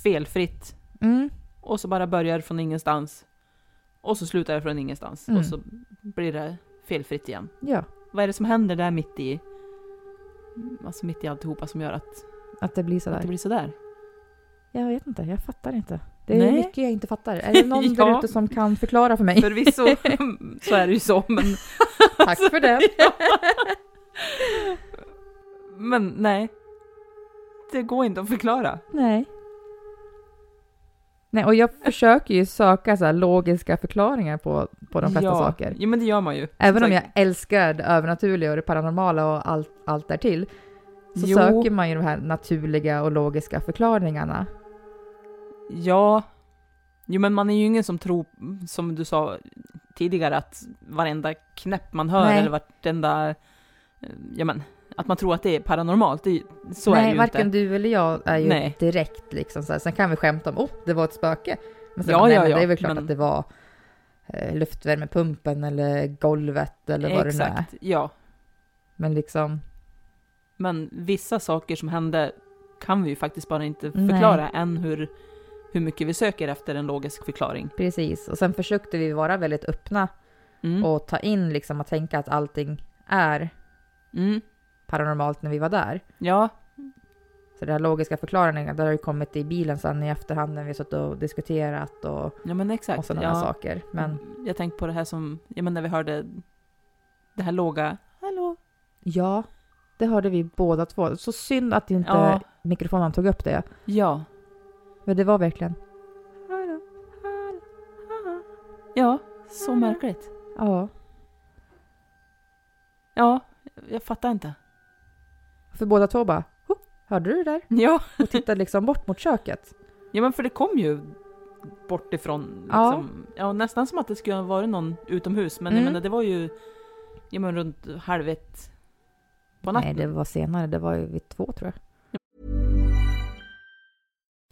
Speaker 4: felfritt.
Speaker 3: Mm,
Speaker 4: Och så bara börjar från ingenstans. Och så slutar jag från ingenstans.
Speaker 3: Mm.
Speaker 4: Och så blir det felfritt igen.
Speaker 3: ja,
Speaker 4: Vad är det som händer där mitt i, alltså mitt i alltihopa som gör att,
Speaker 3: att det blir
Speaker 4: att
Speaker 3: sådär.
Speaker 4: det blir sådär?
Speaker 3: Jag vet inte, jag fattar inte. Det är
Speaker 4: Nej.
Speaker 3: mycket jag inte fattar. Är det någon
Speaker 4: Ja.
Speaker 3: där ute som kan förklara för mig?
Speaker 4: Förvisso så är det ju så, men,
Speaker 3: Tack för det.
Speaker 4: men nej. Det går inte att förklara.
Speaker 3: Nej. Nej, och jag försöker ju söka så här logiska förklaringar på, på de flesta
Speaker 4: ja.
Speaker 3: saker.
Speaker 4: Ja, men det gör man ju.
Speaker 3: Även
Speaker 4: Så-
Speaker 3: om jag älskar det övernaturliga och det paranormala och allt, allt därtill så
Speaker 4: Jo.
Speaker 3: söker man ju de här naturliga och logiska förklaringarna.
Speaker 4: Ja. Jo men man är ju ingen som tror, som du sa tidigare, att varenda knäpp man hör
Speaker 3: Nej.
Speaker 4: eller vartenda, eh, ja men, att man tror att det är paranormalt. Det, är- så är det
Speaker 3: Nej,
Speaker 4: ju
Speaker 3: varken
Speaker 4: inte.
Speaker 3: du eller jag är ju
Speaker 4: Nej.
Speaker 3: direkt liksom så här. Sen kan vi skämta om, oh, det var ett spöke. Men sen,
Speaker 4: Ja,
Speaker 3: nej,
Speaker 4: ja,
Speaker 3: men
Speaker 4: ja,
Speaker 3: det är väl klart
Speaker 4: men-
Speaker 3: att det var eh, luftvärmepumpen eller golvet eller vad det nu är.
Speaker 4: Exakt, ja.
Speaker 3: Men liksom,
Speaker 4: Men vissa saker som hände kan vi ju faktiskt bara inte
Speaker 3: Nej.
Speaker 4: förklara än hur, hur mycket vi söker efter en logisk förklaring.
Speaker 3: precis. Och sen försökte vi vara väldigt öppna
Speaker 4: Mm.
Speaker 3: och ta in liksom och tänka att allting är
Speaker 4: Mm.
Speaker 3: paranormalt när vi var där.
Speaker 4: Ja,
Speaker 3: Så det här logiska förklaringen, det har ju kommit i bilen sen i efterhand när vi har suttit och diskuterat och,
Speaker 4: ja men exakt.
Speaker 3: och sådana
Speaker 4: ja.
Speaker 3: här saker. Men
Speaker 4: Jag tänkte på det här som, ja men när vi hörde det här låga, hallå,
Speaker 3: ja, det hörde vi båda två. Så synd att inte
Speaker 4: Ja.
Speaker 3: mikrofonen tog upp det.
Speaker 4: ja,
Speaker 3: Men det var verkligen...
Speaker 4: ja, så märkligt.
Speaker 3: Ja.
Speaker 4: Ja, jag fattar inte.
Speaker 3: För båda två bara... "Ho, Hörde du det där?
Speaker 4: Ja,
Speaker 3: Och tittade liksom bort mot köket.
Speaker 4: ja men för det kom ju bort ifrån
Speaker 3: Ja.
Speaker 4: liksom. ja. nästan som att det skulle ha varit någon utomhus, men
Speaker 3: Mm.
Speaker 4: jag menar det var ju, ja men runt halv ett på
Speaker 3: Nej,
Speaker 4: natten.
Speaker 3: det var senare. Det var ju vid två tror jag.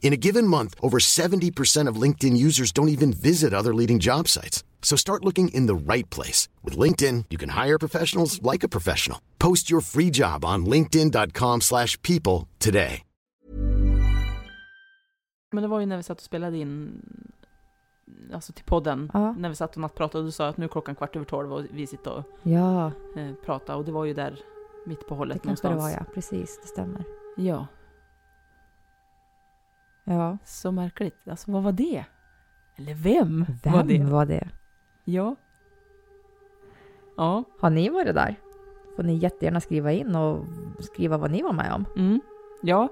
Speaker 5: In a given month, over 70% of LinkedIn users don't even visit other leading job sites. So start looking in the right place. With LinkedIn, you can hire professionals like a professional. Post your free job on linkedin.com/people slash people today.
Speaker 4: Men det var ju när vi satt och spelade in, alltså till podden,
Speaker 3: Ja.
Speaker 4: när vi satt och nattpratade och du sa att nu är klockan kvart över tolv och vi sitter och
Speaker 3: Ja,
Speaker 4: eh, pratar och det var ju där mitt på
Speaker 3: det
Speaker 4: hållet
Speaker 3: kanske det var
Speaker 4: någonstans.
Speaker 3: ja. Precis, det stämmer.
Speaker 4: ja. ja,
Speaker 3: Ja.
Speaker 4: så märkligt. Alltså vad var det? Eller vem,
Speaker 3: Vem
Speaker 4: var det?
Speaker 3: Var det?
Speaker 4: Ja. Ja,
Speaker 3: Har ni varit där? Får ni jättegärna skriva in och skriva vad ni var med om.
Speaker 4: mm. ja,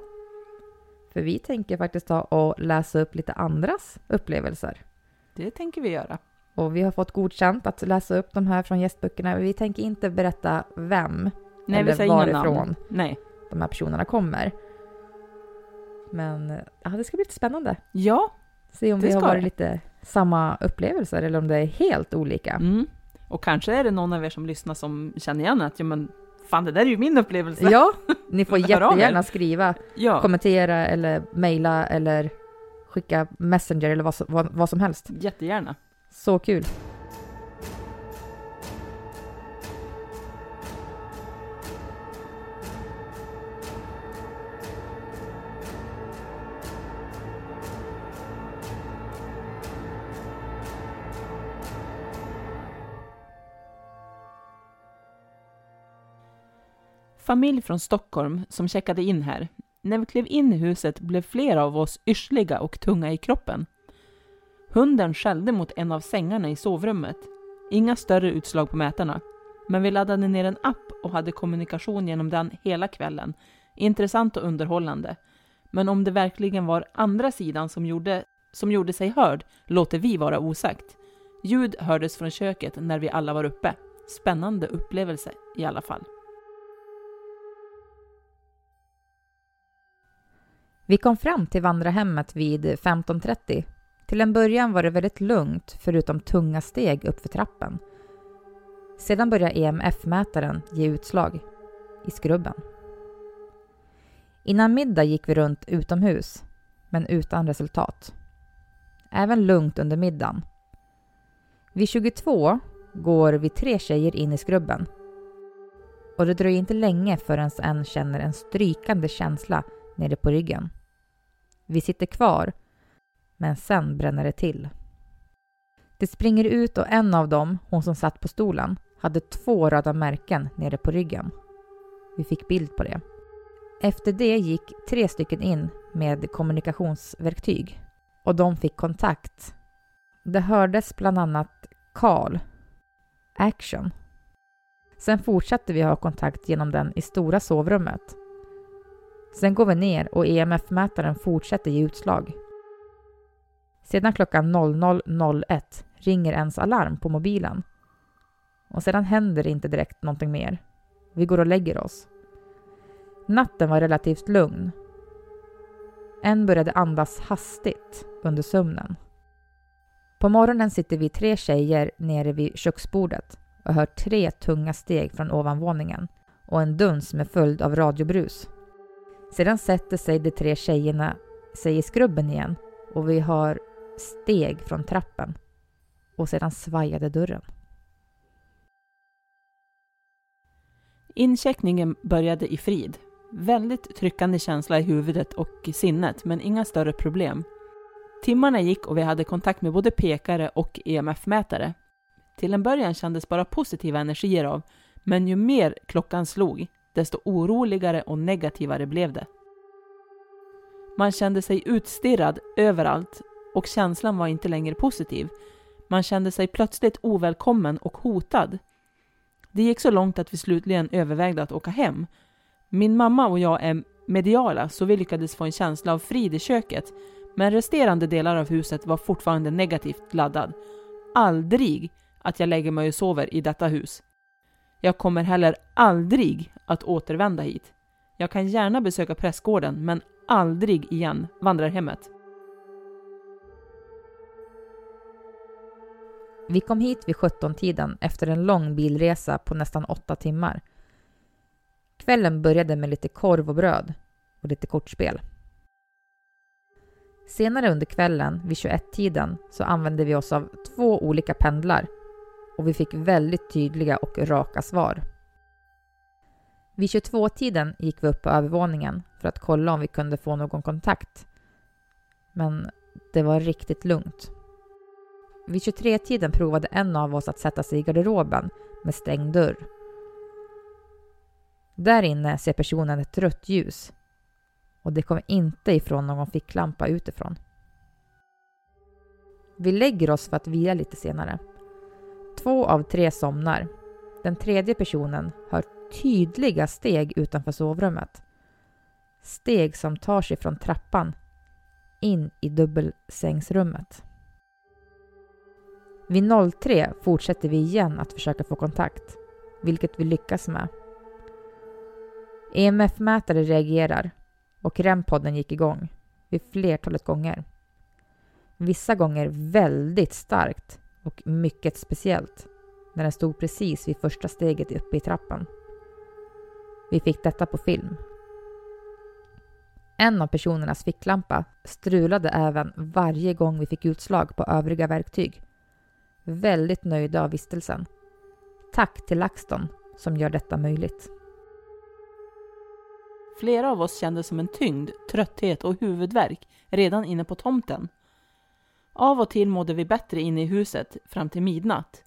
Speaker 3: För vi tänker faktiskt ta och läsa upp lite andras upplevelser.
Speaker 4: det tänker vi göra.
Speaker 3: Och vi har fått godkänt att läsa upp de här från gästböckerna. Vi tänker inte berätta vem
Speaker 4: Nej,
Speaker 3: Eller
Speaker 4: vi säger inga
Speaker 3: varifrån.
Speaker 4: namn. Nej.
Speaker 3: de här personerna kommer. Men ja, det ska bli lite spännande.
Speaker 4: Ja,
Speaker 3: Se om
Speaker 4: Det
Speaker 3: vi har
Speaker 4: ska
Speaker 3: varit
Speaker 4: det.
Speaker 3: lite samma upplevelser eller om det är helt olika.
Speaker 4: mm. och kanske är det någon av er som lyssnar som känner igen att, ja men fan det där är ju min upplevelse.
Speaker 3: Ja, ni får
Speaker 4: Hör av er.
Speaker 3: jättegärna skriva,
Speaker 4: Mm. ja.
Speaker 3: kommentera eller mejla eller skicka messenger eller vad, som- vad, vad som helst.
Speaker 4: jättegärna.
Speaker 3: Så kul!
Speaker 4: Familj från Stockholm som checkade in här. När vi klev in i huset blev flera av oss yrsliga och tunga i kroppen. Hunden skällde mot en av sängarna i sovrummet. Inga större utslag på mätarna. Men vi laddade ner en app och hade kommunikation genom den hela kvällen. Intressant och underhållande. Men om det verkligen var andra sidan som gjorde, som gjorde sig hörd låter vi vara osagt. Ljud hördes från köket när vi alla var uppe. Spännande upplevelse i alla fall.
Speaker 3: Vi kom fram till vandrarhemmet vid 15.30. Till en början var det väldigt lugnt förutom tunga steg uppför trappen. Sedan började EMF-mätaren ge utslag i skrubben. Innan middag gick vi runt utomhus, men utan resultat. Även lugnt under middagen. Vid 22 går vi tre tjejer in i skrubben. Och det dröjer inte länge förrän en känner en strykande känsla nere på ryggen. Vi sitter kvar, men sen bränner det till. Det springer ut och en av dem, hon som satt på stolen, hade två röda märken nere på ryggen. Vi fick bild på det. Efter det gick tre stycken in med kommunikationsverktyg och de fick kontakt. Det hördes bland annat Karl, Action. Sen fortsatte vi ha kontakt genom den i stora sovrummet. Sen går vi ner och EMF-mätaren fortsätter ge utslag. Sedan klockan 00.01 ringer ens alarm på mobilen. Och sedan händer inte direkt någonting mer. Vi går och lägger oss. Natten var relativt lugn. En började andas hastigt under sömnen. På morgonen sitter vi tre tjejer nere vid köksbordet och hör tre tunga steg från ovanvåningen och en duns med följd av radiobrus. Sedan sätter sig de tre tjejerna sig i skrubben igen och vi hör steg från trappen och sedan svajade dörren.
Speaker 4: Incheckningen började i frid. Väldigt tryckande känsla i huvudet och i sinnet, men inga större problem. Timmarna gick och vi hade kontakt med både pekare och EMF-mätare. Till en början kändes bara positiva energier av, men ju mer klockan slog, desto oroligare och negativare blev det. Man kände sig utstirrad överallt och känslan var inte längre positiv. Man kände sig plötsligt ovälkommen och hotad. Det gick så långt att vi slutligen övervägde att åka hem. Min mamma och jag är mediala så vi lyckades få en känsla av frid i köket men resterande delar av huset var fortfarande negativt laddad. Aldrig att jag lägger mig och sover i detta hus. Jag kommer heller aldrig att återvända hit. Jag kan gärna besöka prästgården men aldrig igen vandrarhemmet.
Speaker 3: Vi kom hit vid 17-tiden efter en lång bilresa på nästan åtta timmar. Kvällen började med lite korv och bröd och lite kortspel. Senare under kvällen, vid 21-tiden, så använde vi oss av två olika pendlar och vi fick väldigt tydliga och raka svar. Vid 22-tiden gick vi upp på övervåningen för att kolla om vi kunde få någon kontakt. Men det var riktigt lugnt. Vid 23-tiden provade en av oss att sätta sig i garderoben med stängd dörr. Där inne ser personen ett rött ljus och det kom inte ifrån någon ficklampa utifrån. Vi lägger oss för att vila lite senare. Två av tre somnar. Den tredje personen hör tydliga steg utanför sovrummet. Steg som tar sig från trappan in i dubbelsängsrummet. Vid 03 fortsätter vi igen att försöka få kontakt, vilket vi lyckas med. EMF-mätare reagerar och REM-podden gick igång vid flertalet gånger. Vissa gånger väldigt starkt och mycket speciellt när den stod precis vid första steget uppe i trappan. Vi fick detta på film. En av personernas ficklampa strulade även varje gång vi fick utslag på övriga verktyg. Väldigt nöjda av vistelsen. Tack till LaxTon som gör detta möjligt.
Speaker 4: Flera av oss kände som en tyngd, trötthet och huvudvärk redan inne på tomten. Av och till mådde vi bättre inne i huset fram till midnatt.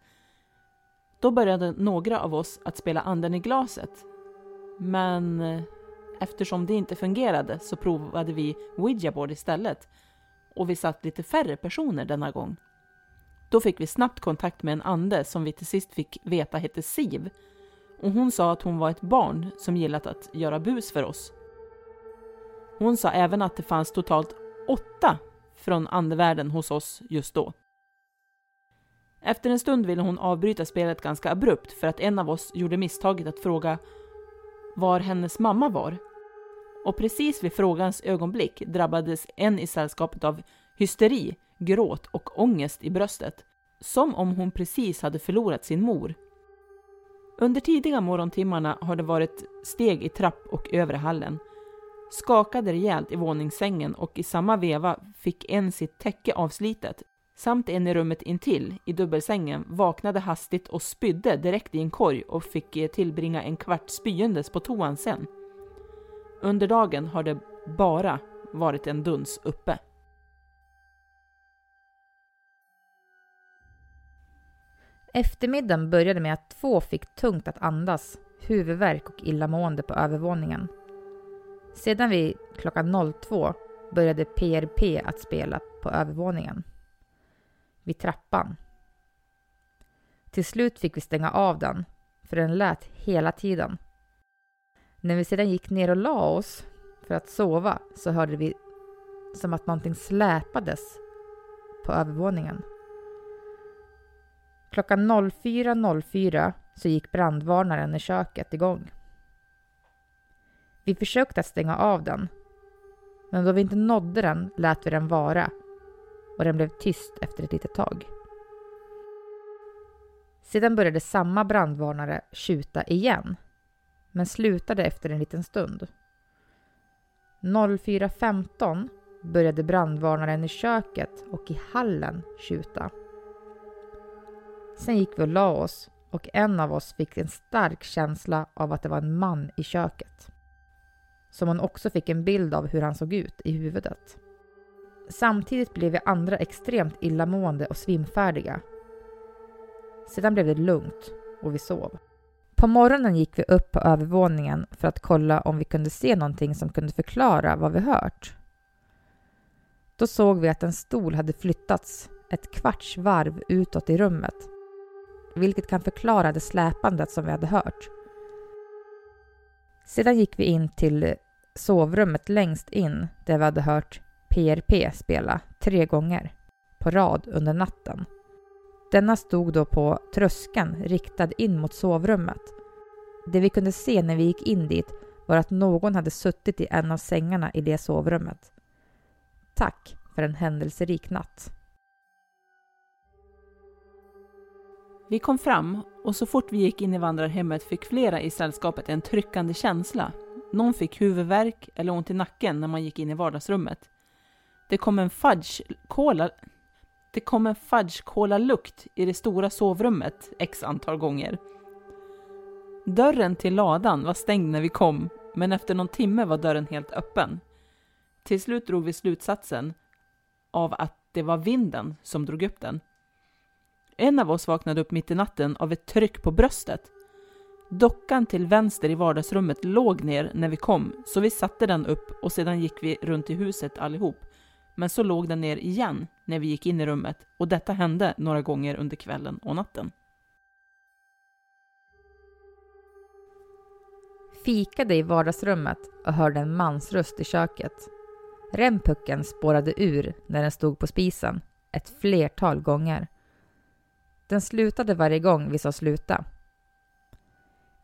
Speaker 4: Då började några av oss att spela anden i glaset. Men eh, eftersom det inte fungerade så provade vi Ouija board istället och vi satt lite färre personer denna gång. Då fick vi snabbt kontakt med en ande som vi till sist fick veta hette Siv och hon sa att hon var ett barn som gillat att göra bus för oss. Hon sa även att det fanns totalt åtta från andevärlden hos oss just då. Efter en stund ville hon avbryta spelet ganska abrupt för att en av oss gjorde misstaget att fråga var hennes mamma var. Och precis vid frågans ögonblick drabbades en i sällskapet av hysteri, gråt och ångest i bröstet. Som om hon precis hade förlorat sin mor. Under tidiga morgontimmarna har det varit steg i trapp och övre hallen. Skakade rejält i våningssängen och i samma veva fick en sitt täcke avslitet. Samt en i rummet intill, i dubbelsängen, vaknade hastigt och spydde direkt i en korg och fick eh, tillbringa en kvart spyendes på toan sen. Under dagen har det bara varit en duns uppe.
Speaker 3: Eftermiddagen började med att två fick tungt att andas, huvudvärk och illamående på övervåningen. Sedan vid klockan 02 började PRP att spela på övervåningen. Vid trappan. Till slut fick vi stänga av den, för den lät hela tiden. När vi sedan gick ner och la oss för att sova så hörde vi som att någonting släpades på övervåningen. Klockan 04.04 så gick brandvarnaren i köket igång. Vi försökte att stänga av den, men då vi inte nådde den lät vi den vara och den blev tyst efter ett litet tag. Sedan började samma brandvarnare tjuta igen, men slutade efter en liten stund. 04.15 började brandvarnaren i köket och i hallen tjuta. Sen gick vi och la oss och en av oss fick en stark känsla av att det var en man i köket. Som man också fick en bild av hur han såg ut i huvudet. Samtidigt blev vi andra extremt illamående och svimfärdiga. Sedan blev det lugnt och vi sov. På morgonen gick vi upp på övervåningen för att kolla om vi kunde se någonting som kunde förklara vad vi hört. Då såg vi att en stol hade flyttats ett kvarts varv utåt i rummet, vilket kan förklara det släpandet som vi hade hört. Sedan gick vi in till sovrummet längst in där vi hade hört PRP spela tre gånger på rad under natten. Denna stod då på tröskeln riktad in mot sovrummet. Det vi kunde se när vi gick in dit var att någon hade suttit i en av sängarna i det sovrummet. Tack för en händelserik natt.
Speaker 4: Vi kom fram och så fort vi gick in i vandrarhemmet fick flera i sällskapet en tryckande känsla. Någon fick huvudvärk eller ont i nacken när man gick in i vardagsrummet. Det kom en fudge-cola... Det kom en fudge-cola-lukt i det stora sovrummet x antal gånger. Dörren till ladan var stängd när vi kom, men efter någon timme var dörren helt öppen. Till slut drog vi slutsatsen av att det var vinden som drog upp den. En av oss vaknade upp mitt i natten av ett tryck på bröstet. Dockan till vänster i vardagsrummet låg ner när vi kom, så vi satte den upp och sedan gick vi runt i huset allihop. Men så låg den ner igen när vi gick in i rummet och detta hände några gånger under kvällen och natten.
Speaker 3: Fikade i vardagsrummet och hörde en mans röst i köket. Rempucken spårade ur när den stod på spisen ett flertal gånger. Den slutade varje gång vi sa sluta.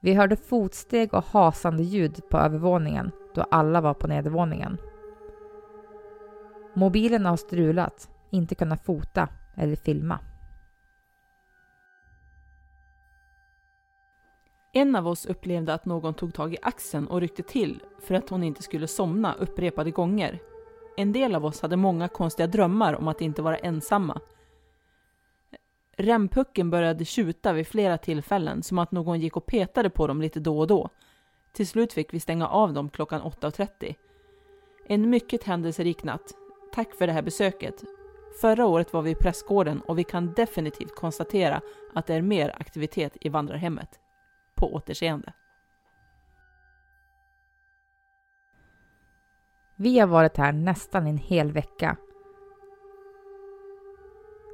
Speaker 3: Vi hörde fotsteg och hasande ljud på övervåningen då alla var på nedervåningen. Mobilen har strulat, inte kunnat fota eller filma.
Speaker 4: En av oss upplevde att någon tog tag i axeln och ryckte till för att hon inte skulle somna upprepade gånger. En del av oss hade många konstiga drömmar om att inte vara ensamma Rempucken började tjuta vid flera tillfällen som att någon gick och petade på dem lite då och då. Till slut fick vi stänga av dem klockan 8.30. En mycket händelserik natt. Tack för det här besöket. Förra året var vi i prästgården och vi kan definitivt konstatera att det är mer aktivitet i vandrarhemmet. På återseende.
Speaker 3: Vi har varit här nästan en hel vecka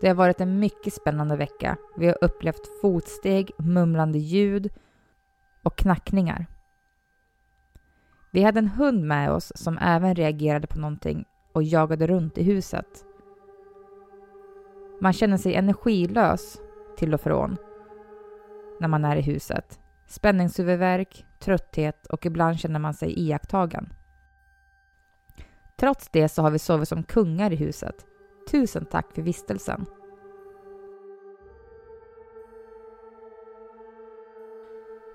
Speaker 3: det har varit en mycket spännande vecka. Vi har upplevt fotsteg, mumlande ljud och knackningar. Vi hade en hund med oss som även reagerade på någonting och jagade runt i huset. Man känner sig energilös till och från när man är i huset. Spänningshuvudvärk, trötthet och ibland känner man sig iakttagen. Trots det så har vi sovit som kungar i huset Tusen tack för vistelsen.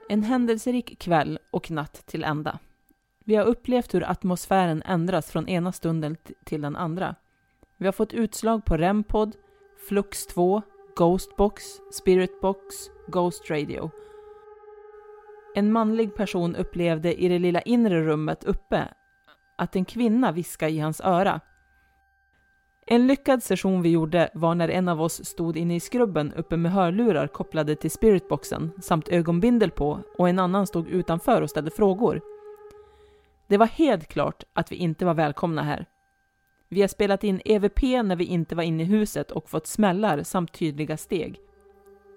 Speaker 4: En händelserik kväll och natt till ända. Vi har upplevt hur atmosfären ändras från ena stunden t- till den andra. Vi har fått utslag på REMPod, Flux 2, Ghostbox, Spiritbox, Ghost Radio. En manlig person upplevde i det lilla inre rummet uppe att en kvinna viskade i hans öra En lyckad session vi gjorde var när en av oss stod inne i skrubben uppe med hörlurar kopplade till spiritboxen samt ögonbindel på och en annan stod utanför och ställde frågor. Det var helt klart att vi inte var välkomna här. Vi har spelat in EVP när vi inte var inne i huset och fått smällar samt tydliga steg.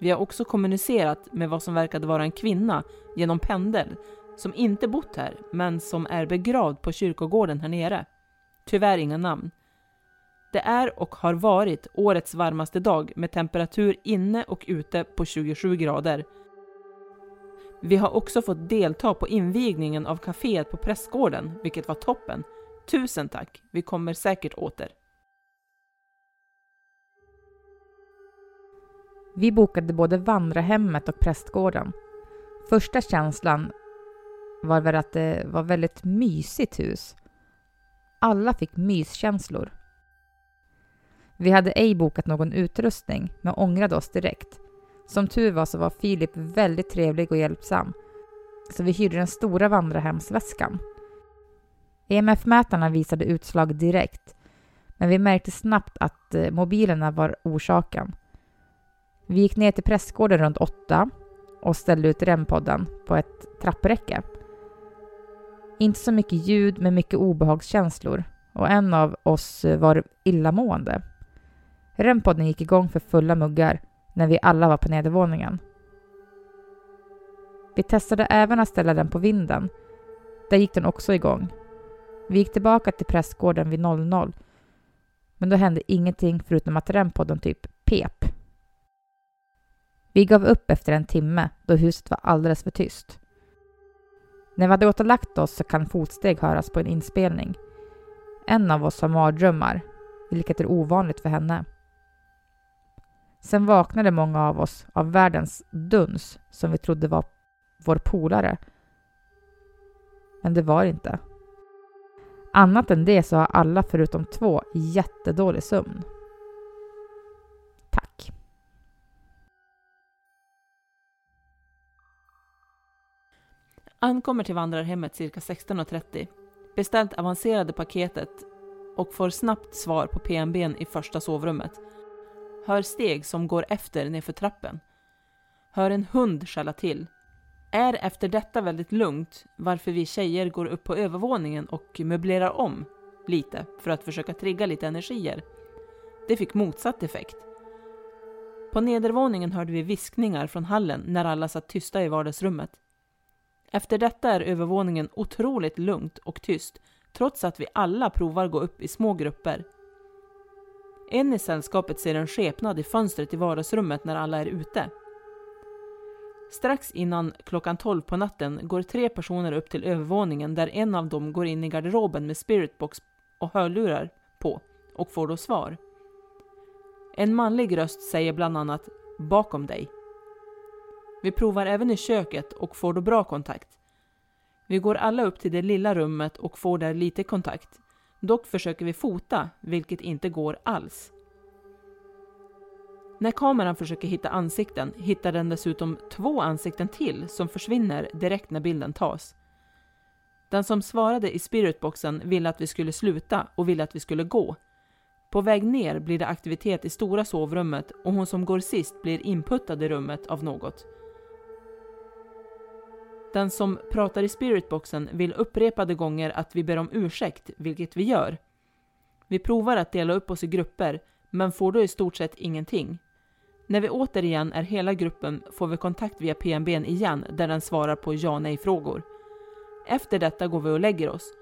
Speaker 4: Vi har också kommunicerat med vad som verkade vara en kvinna genom pendel som inte bott här men som är begravd på kyrkogården här nere. Tyvärr inga namn. Det är och har varit årets varmaste dag med temperatur inne och ute på 27 grader. Vi har också fått delta på invigningen av kaféet på Prästgården, vilket var toppen. Tusen tack! Vi kommer säkert åter.
Speaker 3: Vi bokade både vandrarhemmet och prästgården. Första känslan var väl att det var väldigt mysigt hus. Alla fick myskänslor. Vi hade ej bokat någon utrustning, men ångrade oss direkt. Som tur var så var Filip väldigt trevlig och hjälpsam, så vi hyrde den stora vandrarhemsväskan. EMF-mätarna visade utslag direkt, men vi märkte snabbt att eh, mobilerna var orsaken. Vi gick ner till prästgården runt åtta och ställde ut rempodden på ett trappräcke. Inte så mycket ljud, men mycket obehagskänslor och en av oss eh, var illamående. Rempodden gick igång för fulla muggar när vi alla var på nedervåningen. Vi testade även att ställa den på vinden. Där gick den också igång. Vi gick tillbaka till prästgården vid 00. Men då hände ingenting förutom att rempodden typ pep. Vi gav upp efter en timme då huset var alldeles för tyst. När vi hade gått och lagt oss så kan fotsteg höras på en inspelning. En av oss har mardrömmar, vilket är ovanligt för henne. Sen vaknade många av oss av världens duns som vi trodde var vår polare. Men det var det inte. Annat än det så har alla förutom två jättedålig sömn. Tack.
Speaker 4: Ankommer till vandrarhemmet cirka 16.30. Beställt avancerade paketet och får snabbt svar på PNBn i första sovrummet. Hör steg som går efter nedför trappen. Hör en hund skälla till. Är efter detta väldigt lugnt varför vi tjejer går upp på övervåningen och möblerar om lite för att försöka trigga lite energier. Det fick motsatt effekt. På nedervåningen hörde vi viskningar från hallen när alla satt tysta i vardagsrummet. Efter detta är övervåningen otroligt lugnt och tyst trots att vi alla provar gå upp i små grupper. En i sällskapet ser en skepnad i fönstret i vardagsrummet när alla är ute. Strax innan klockan 12 på natten går tre personer upp till övervåningen där en av dem går in i garderoben med spiritbox och hörlurar på och får då svar. En manlig röst säger bland annat “bakom dig”. Vi provar även i köket och får då bra kontakt. Vi går alla upp till det lilla rummet och får där lite kontakt. Dock försöker vi fota, vilket inte går alls. När kameran försöker hitta ansikten hittar den dessutom två ansikten till som försvinner direkt när bilden tas. Den som svarade i spiritboxen ville att vi skulle sluta och ville att vi skulle gå. På väg ner blir det aktivitet i stora sovrummet och hon som går sist blir inputtad i rummet av något. Den som pratar i spiritboxen vill upprepade gånger att vi ber om ursäkt, vilket vi gör. Vi provar att dela upp oss i grupper, men får då i stort sett ingenting. När vi återigen är hela gruppen får vi kontakt via PNBn igen där den svarar på ja nej-frågor. Efter detta går vi och lägger oss.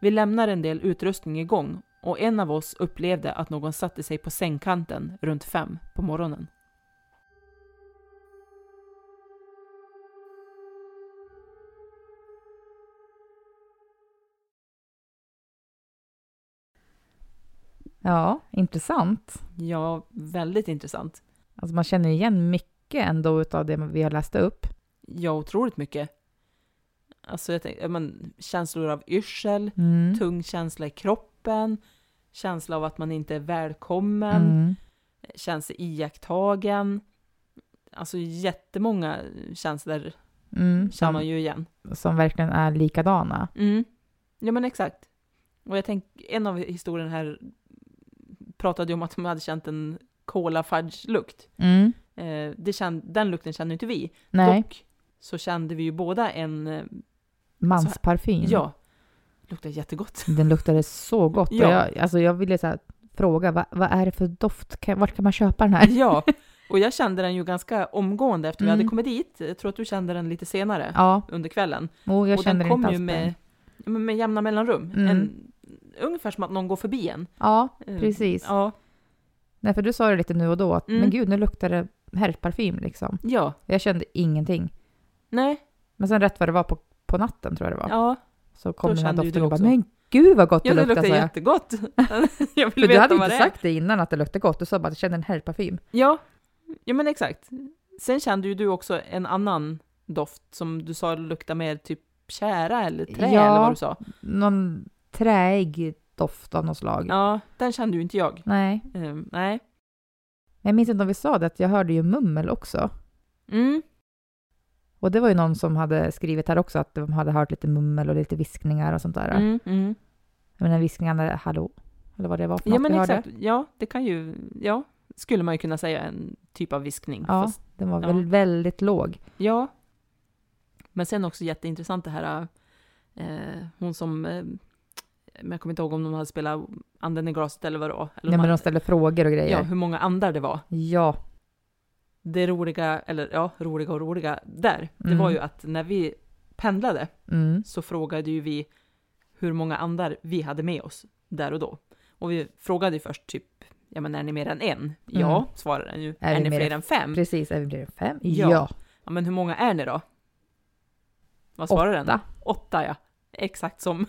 Speaker 4: Vi lämnar en del utrustning igång och en av oss upplevde att någon satte sig på sängkanten runt fem på morgonen.
Speaker 3: Ja, intressant.
Speaker 4: Ja, väldigt intressant.
Speaker 3: Alltså man känner igen mycket ändå utav det vi har läst upp.
Speaker 4: Ja, otroligt mycket. Alltså jag tänkte, ja, men, känslor av yrsel,
Speaker 3: Mm.
Speaker 4: tung känsla i kroppen, känsla av att man inte är välkommen,
Speaker 3: Mm.
Speaker 4: känns iakttagen. Alltså jättemånga känslor
Speaker 3: Mm.
Speaker 4: känner man
Speaker 3: Som,
Speaker 4: ju igen.
Speaker 3: som verkligen är likadana.
Speaker 4: Mm. Ja men exakt. Och jag tänker, en av historien här pratade ju om att de hade känt en cola fudge-lukt.
Speaker 3: Mm.
Speaker 4: Eh, det känd, den lukten kände inte vi.
Speaker 3: Nej,
Speaker 4: Dock så kände vi ju båda en, eh,
Speaker 3: mansparfym.
Speaker 4: ja, luktar jättegott.
Speaker 3: Den luktade så gott.
Speaker 4: Ja.
Speaker 3: Och jag, alltså jag ville så här, fråga, vad, vad är det för doft? Kan, vart kan man köpa den här?
Speaker 4: Ja, och jag kände den ju ganska omgående efter vi
Speaker 3: Mm.
Speaker 4: hade kommit dit. Jag tror att du kände den lite senare
Speaker 3: Ja,
Speaker 4: under kvällen.
Speaker 3: och jag
Speaker 4: och
Speaker 3: känner
Speaker 4: den
Speaker 3: den inte
Speaker 4: kom ju
Speaker 3: alls
Speaker 4: med,
Speaker 3: med...
Speaker 4: ja, men med jämna mellanrum.
Speaker 3: Mm.
Speaker 4: En, ungefär som att någon går förbi en.
Speaker 3: Ja,
Speaker 4: Eh,
Speaker 3: precis.
Speaker 4: Ja,
Speaker 3: Nej, för du sa det lite nu och då, att
Speaker 4: Mm.
Speaker 3: men gud, nu luktar det herrparfym liksom.
Speaker 4: ja,
Speaker 3: Jag kände ingenting.
Speaker 4: nej,
Speaker 3: Men sen rätt vad det var på, på natten, tror jag det var,
Speaker 4: ja.
Speaker 3: så kom den här
Speaker 4: kände ju
Speaker 3: doften
Speaker 4: du
Speaker 3: och bara,
Speaker 4: också.
Speaker 3: men gud vad gott
Speaker 4: Ja,
Speaker 3: det
Speaker 4: det
Speaker 3: luktar,
Speaker 4: luktar
Speaker 3: sa jag.
Speaker 4: jättegott. jag vill
Speaker 3: För du
Speaker 4: veta
Speaker 3: hade ju
Speaker 4: vad
Speaker 3: inte
Speaker 4: det är.
Speaker 3: sagt det innan, att det luktar gott. Du sa bara att jag känner en herrparfym.
Speaker 4: Ja, ja men exakt. Sen kände ju du också en annan doft som du sa luktar mer typ tjära eller trä
Speaker 3: Ja.
Speaker 4: eller vad du sa.
Speaker 3: Någon träig doft av något slag.
Speaker 4: Ja, den kände ju inte jag.
Speaker 3: Nej,
Speaker 4: Ehm, nej.
Speaker 3: men jag minns inte om vi sa det, att jag hörde ju mummel också.
Speaker 4: Mm.
Speaker 3: Och det var ju någon som hade skrivit här också att de hade hört lite mummel och lite viskningar och sånt där.
Speaker 4: Mm, mm.
Speaker 3: Men den viskningen är hallå, eller vad det var för
Speaker 4: Ja
Speaker 3: något
Speaker 4: men
Speaker 3: vi
Speaker 4: exakt,
Speaker 3: hörde.
Speaker 4: ja det kan ju, ja, skulle man ju kunna säga en typ av viskning.
Speaker 3: Ja,
Speaker 4: Fast,
Speaker 3: den var
Speaker 4: Ja.
Speaker 3: väl väldigt låg.
Speaker 4: ja. Men sen också jätteintressant det här, eh, hon som, eh, men jag kommer inte ihåg om de hade spelat anden i glaset eller vad det var. Eller
Speaker 3: Nej,
Speaker 4: om
Speaker 3: men de
Speaker 4: man-
Speaker 3: ställde frågor och
Speaker 4: ja,
Speaker 3: grejer.
Speaker 4: hur många andar det var.
Speaker 3: Ja.
Speaker 4: Det roliga, eller ja, roliga och roliga där, det
Speaker 3: Mm.
Speaker 4: var ju att när vi pendlade
Speaker 3: Mm.
Speaker 4: så frågade ju vi hur många andar vi hade med oss där och då. Och vi frågade ju först typ, ja men är ni mer än en? Ja,
Speaker 3: Mm.
Speaker 4: svarade den ju.
Speaker 3: Är
Speaker 4: Är,
Speaker 3: vi
Speaker 4: ni
Speaker 3: mer
Speaker 4: fler
Speaker 3: än-
Speaker 4: än fem?
Speaker 3: Precis, även blir det fem?
Speaker 4: Ja.
Speaker 3: Ja.
Speaker 4: Ja, men hur många är ni då? Vad svarade den?
Speaker 3: Åtta.
Speaker 4: Åtta, ja. Exakt som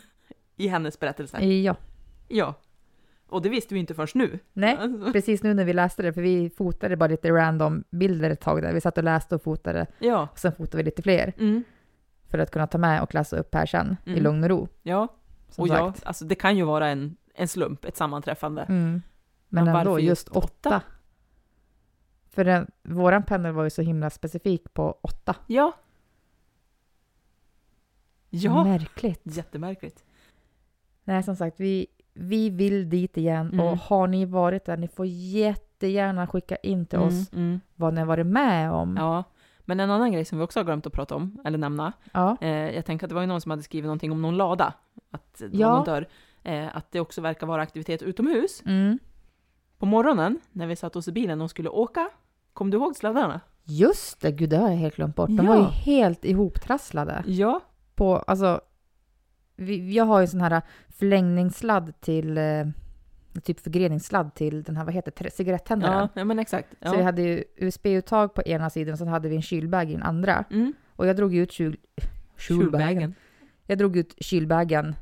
Speaker 4: i hennes berättelse.
Speaker 3: Ja.
Speaker 4: Ja. Och det visste vi inte förrän nu.
Speaker 3: Nej,
Speaker 4: Alltså,
Speaker 3: precis nu när vi läste det, för vi fotade bara lite random bilder ett tag där. Vi satt och läste och fotade,
Speaker 4: Ja.
Speaker 3: och sen fotade vi lite fler
Speaker 4: Mm.
Speaker 3: för att kunna ta med och läsa upp här sen i
Speaker 4: Mm.
Speaker 3: lugn och ro.
Speaker 4: Ja.
Speaker 3: Som
Speaker 4: Och ja,
Speaker 3: sagt.
Speaker 4: alltså det kan ju vara en, en slump, ett sammanträffande.
Speaker 3: Mm. Men
Speaker 4: Men
Speaker 3: ändå,
Speaker 4: varför
Speaker 3: just
Speaker 4: just
Speaker 3: åtta.
Speaker 4: åtta?
Speaker 3: För den, våran pendel var ju så himla specifik på åtta.
Speaker 4: Ja. Ja,
Speaker 3: Märkligt.
Speaker 4: jättemärkligt.
Speaker 3: Nej, som sagt, vi, vi vill dit igen
Speaker 4: Mm.
Speaker 3: och har ni varit där, ni får jättegärna skicka in till oss
Speaker 4: Mm, mm.
Speaker 3: vad ni har varit med om.
Speaker 4: Ja. Men en annan grej som vi också har glömt att prata om, eller nämna,
Speaker 3: Ja.
Speaker 4: Eh, jag tänker att det var ju någon som hade skrivit någonting om någon lada. Att det var
Speaker 3: Ja.
Speaker 4: någon dörr. Eh, att det också verkar vara aktivitet utomhus.
Speaker 3: Mm.
Speaker 4: På morgonen när vi satt oss i bilen och skulle åka. Kom du ihåg sladdarna?
Speaker 3: Just det, gud det har jag helt glömt bort. De
Speaker 4: Ja.
Speaker 3: var ju helt ihoptrasslade.
Speaker 4: Ja.
Speaker 3: På, alltså, vi, jag har ju sån här äh, förlängningssladd till, eh, typ förgreningssladd till den här, vad heter det, cigarettändaren.
Speaker 4: Ja, ja men exakt. Ja.
Speaker 3: Så vi hade ju USB-uttag på ena sidan och sen hade vi en kylbag i den andra.
Speaker 4: mm.
Speaker 3: Och jag drog ut kyl...
Speaker 4: Kjolbägen.
Speaker 3: Jag drog ut kylbagen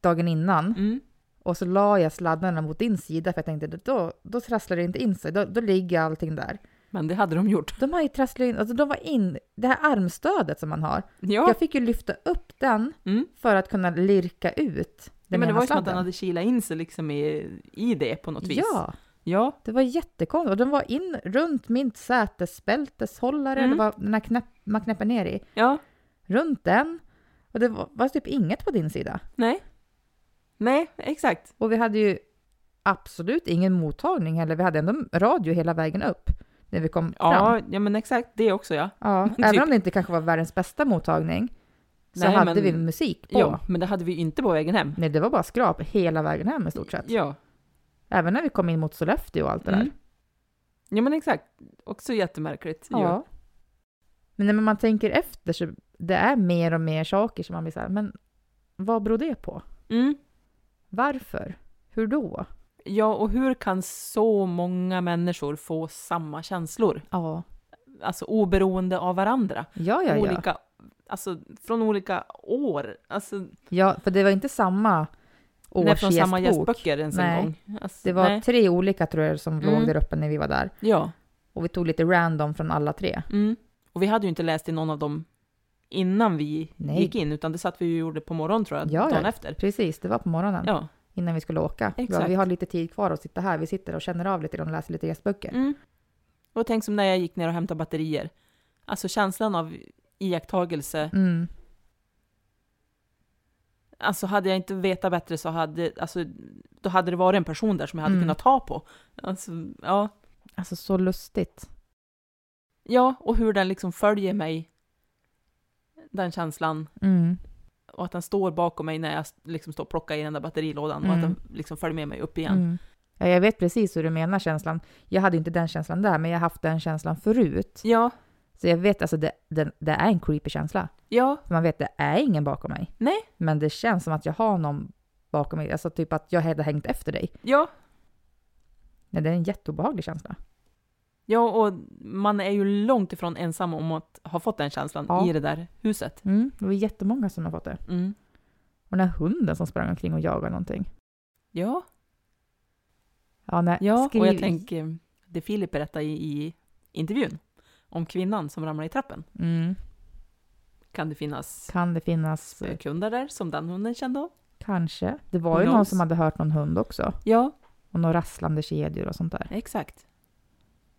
Speaker 3: dagen innan
Speaker 4: Mm.
Speaker 3: och så la jag sladdarna mot din sida för jag tänkte då, då trasslar det inte in sig, då, då ligger allting där.
Speaker 4: Men det hade de gjort.
Speaker 3: De har ju trasslat in, alltså de var in, det här armstödet som man har,
Speaker 4: Ja.
Speaker 3: jag fick ju lyfta upp den
Speaker 4: Mm.
Speaker 3: för att kunna lirka ut
Speaker 4: ja
Speaker 3: den
Speaker 4: men det
Speaker 3: ena
Speaker 4: var ju som att
Speaker 3: sladden.
Speaker 4: den hade kilat in sig liksom i, i det på något vis.
Speaker 3: Ja,
Speaker 4: Ja.
Speaker 3: det var jättekonstigt. Och den var in runt min sätesbälteshållare,
Speaker 4: Mm.
Speaker 3: det var den här knäpp, man knäpper ner i.
Speaker 4: Ja.
Speaker 3: runt den. Och det var, var typ inget på din sida.
Speaker 4: Nej. Nej, exakt.
Speaker 3: Och vi hade ju absolut ingen mottagning heller. Vi hade ändå radio hela vägen upp när vi kom fram.
Speaker 4: Ja, ja men exakt. Det också ja.
Speaker 3: Ja,
Speaker 4: men
Speaker 3: även
Speaker 4: typ-
Speaker 3: om det inte kanske var världens bästa mottagning så
Speaker 4: Nej,
Speaker 3: hade
Speaker 4: men-
Speaker 3: vi musik på.
Speaker 4: Ja, men det hade vi ju inte på vägen hem.
Speaker 3: Nej, det var bara skrap hela vägen hem i stort sett.
Speaker 4: Ja.
Speaker 3: Även när vi kom in mot Sollefteå och allt det där.
Speaker 4: Mm. Ja men exakt. Också jättemärkligt. ju.
Speaker 3: Ja. Men när man tänker efter så det är mer och mer saker som man blir så här, men vad beror det på?
Speaker 4: Mm.
Speaker 3: Varför? Hur då?
Speaker 4: Ja, och hur kan så många människor få samma känslor?
Speaker 3: Ja,
Speaker 4: Alltså oberoende av varandra.
Speaker 3: ja, ja. ja.
Speaker 4: Olika, alltså från olika år. Alltså,
Speaker 3: Ja, för det var inte samma års
Speaker 4: nej, från samma
Speaker 3: gästbok.
Speaker 4: gästböcker ens
Speaker 3: Nej.
Speaker 4: en gång. Alltså,
Speaker 3: Det var
Speaker 4: nej.
Speaker 3: tre olika tror jag som låg
Speaker 4: Mm.
Speaker 3: där uppe när vi var där.
Speaker 4: Ja.
Speaker 3: Och vi tog lite random från alla tre.
Speaker 4: Mm. Och vi hade ju inte läst i någon av dem innan vi
Speaker 3: Nej.
Speaker 4: gick in, utan det satt vi ju och gjorde på morgonen tror jag,
Speaker 3: Ja,
Speaker 4: dagen
Speaker 3: ja.
Speaker 4: efter.
Speaker 3: Precis, det var på morgonen
Speaker 4: Ja.
Speaker 3: innan vi skulle åka. Vi bara,
Speaker 4: Exakt.
Speaker 3: vi har lite tid kvar att sitta här. Vi sitter och känner av lite grann och läser lite gästböcker.
Speaker 4: Mm. Och tänk som när jag gick ner och hämtade batterier. Alltså känslan av iakttagelse
Speaker 3: Mm.
Speaker 4: Alltså hade jag inte vetat bättre så hade, alltså, då hade det varit en person där som jag hade
Speaker 3: Mm.
Speaker 4: kunnat ta på. Alltså, ja.
Speaker 3: Alltså så lustigt.
Speaker 4: ja, och hur den liksom följer mig, den känslan.
Speaker 3: Mm.
Speaker 4: Och att den står bakom mig när jag liksom står och plockar i den där batterilådan och att
Speaker 3: Mm.
Speaker 4: den liksom följer med mig upp igen.
Speaker 3: Mm. Ja, jag vet precis hur du menar känslan. Jag hade ju inte den känslan där, men jag har haft den känslan förut.
Speaker 4: Ja,
Speaker 3: Så jag vet alltså, det, det, det är en creepy känsla.
Speaker 4: ja,
Speaker 3: För man vet, det är ingen bakom mig.
Speaker 4: Nej.
Speaker 3: Men det känns som att jag har någon bakom mig. Alltså typ att jag hade hängt efter dig.
Speaker 4: ja.
Speaker 3: Men det är en jätteobehaglig känsla.
Speaker 4: Ja, och man är ju långt ifrån ensam om att ha fått den känslan
Speaker 3: Ja.
Speaker 4: i det där huset.
Speaker 3: Mm. Det var jättemånga som har fått det.
Speaker 4: Mm.
Speaker 3: Och den här hunden som sprang omkring och jagade någonting.
Speaker 4: Ja,
Speaker 3: Ja, nej,
Speaker 4: ja. och jag
Speaker 3: skriv-
Speaker 4: tänker det Filip berättade i, i intervjun om kvinnan som ramlade i trappen.
Speaker 3: Mm.
Speaker 4: Kan det finnas
Speaker 3: Kan det finnas...
Speaker 4: spökhundar där som den hunden kände av?
Speaker 3: Kanske. Det var
Speaker 4: Who
Speaker 3: ju någon
Speaker 4: knows?
Speaker 3: som hade hört någon hund också.
Speaker 4: Ja,
Speaker 3: Och några rasslande kedjor och sånt där.
Speaker 4: exakt.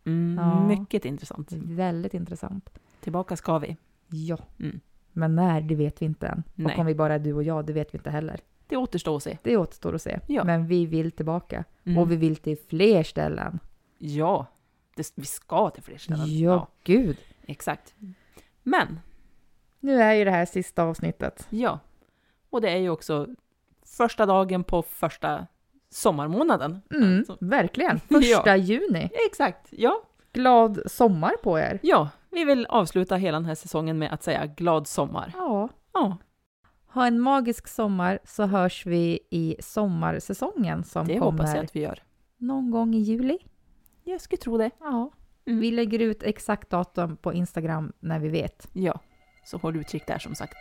Speaker 4: Mm,
Speaker 3: Ja. Mm.
Speaker 4: Mycket intressant.
Speaker 3: Det är väldigt intressant.
Speaker 4: Tillbaka ska vi.
Speaker 3: Ja.
Speaker 4: Mm.
Speaker 3: Men när, det vet vi inte än.
Speaker 4: Nej.
Speaker 3: Och om vi bara är du och jag, det vet vi inte heller.
Speaker 4: Det återstår att se.
Speaker 3: Det återstår att se.
Speaker 4: Ja.
Speaker 3: Men vi vill tillbaka.
Speaker 4: Mm.
Speaker 3: Och vi vill till fler ställen.
Speaker 4: Ja, det, vi ska till fler
Speaker 3: Ja,
Speaker 4: ställen.
Speaker 3: gud.
Speaker 4: exakt. Men,
Speaker 3: Nu är ju det här sista avsnittet.
Speaker 4: ja. Och det är ju också första dagen på första sommarmånaden.
Speaker 3: Mm,
Speaker 4: Alltså,
Speaker 3: Verkligen.
Speaker 4: Ja.
Speaker 3: Första juni.
Speaker 4: Exakt, ja.
Speaker 3: Glad sommar på er.
Speaker 4: Ja, vi vill avsluta hela den här säsongen med att säga glad sommar.
Speaker 3: Ja.
Speaker 4: Ja,
Speaker 3: Ha en magisk sommar så hörs vi i sommarsäsongen som
Speaker 4: det hoppas jag
Speaker 3: kommer
Speaker 4: att vi gör.
Speaker 3: någon gång i juli.
Speaker 4: Jag skulle tro det.
Speaker 3: Ja.
Speaker 4: Mm.
Speaker 3: Vi lägger ut exakt datum på Instagram när vi vet.
Speaker 4: Ja, så håll utkik där som sagt.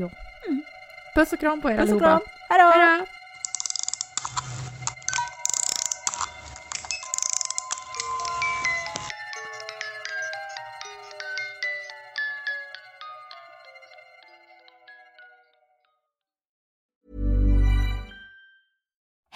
Speaker 3: Ja. Puss och kram på er
Speaker 4: Puss och
Speaker 3: allihopa.
Speaker 4: kram! Hej då!
Speaker 3: Hej då!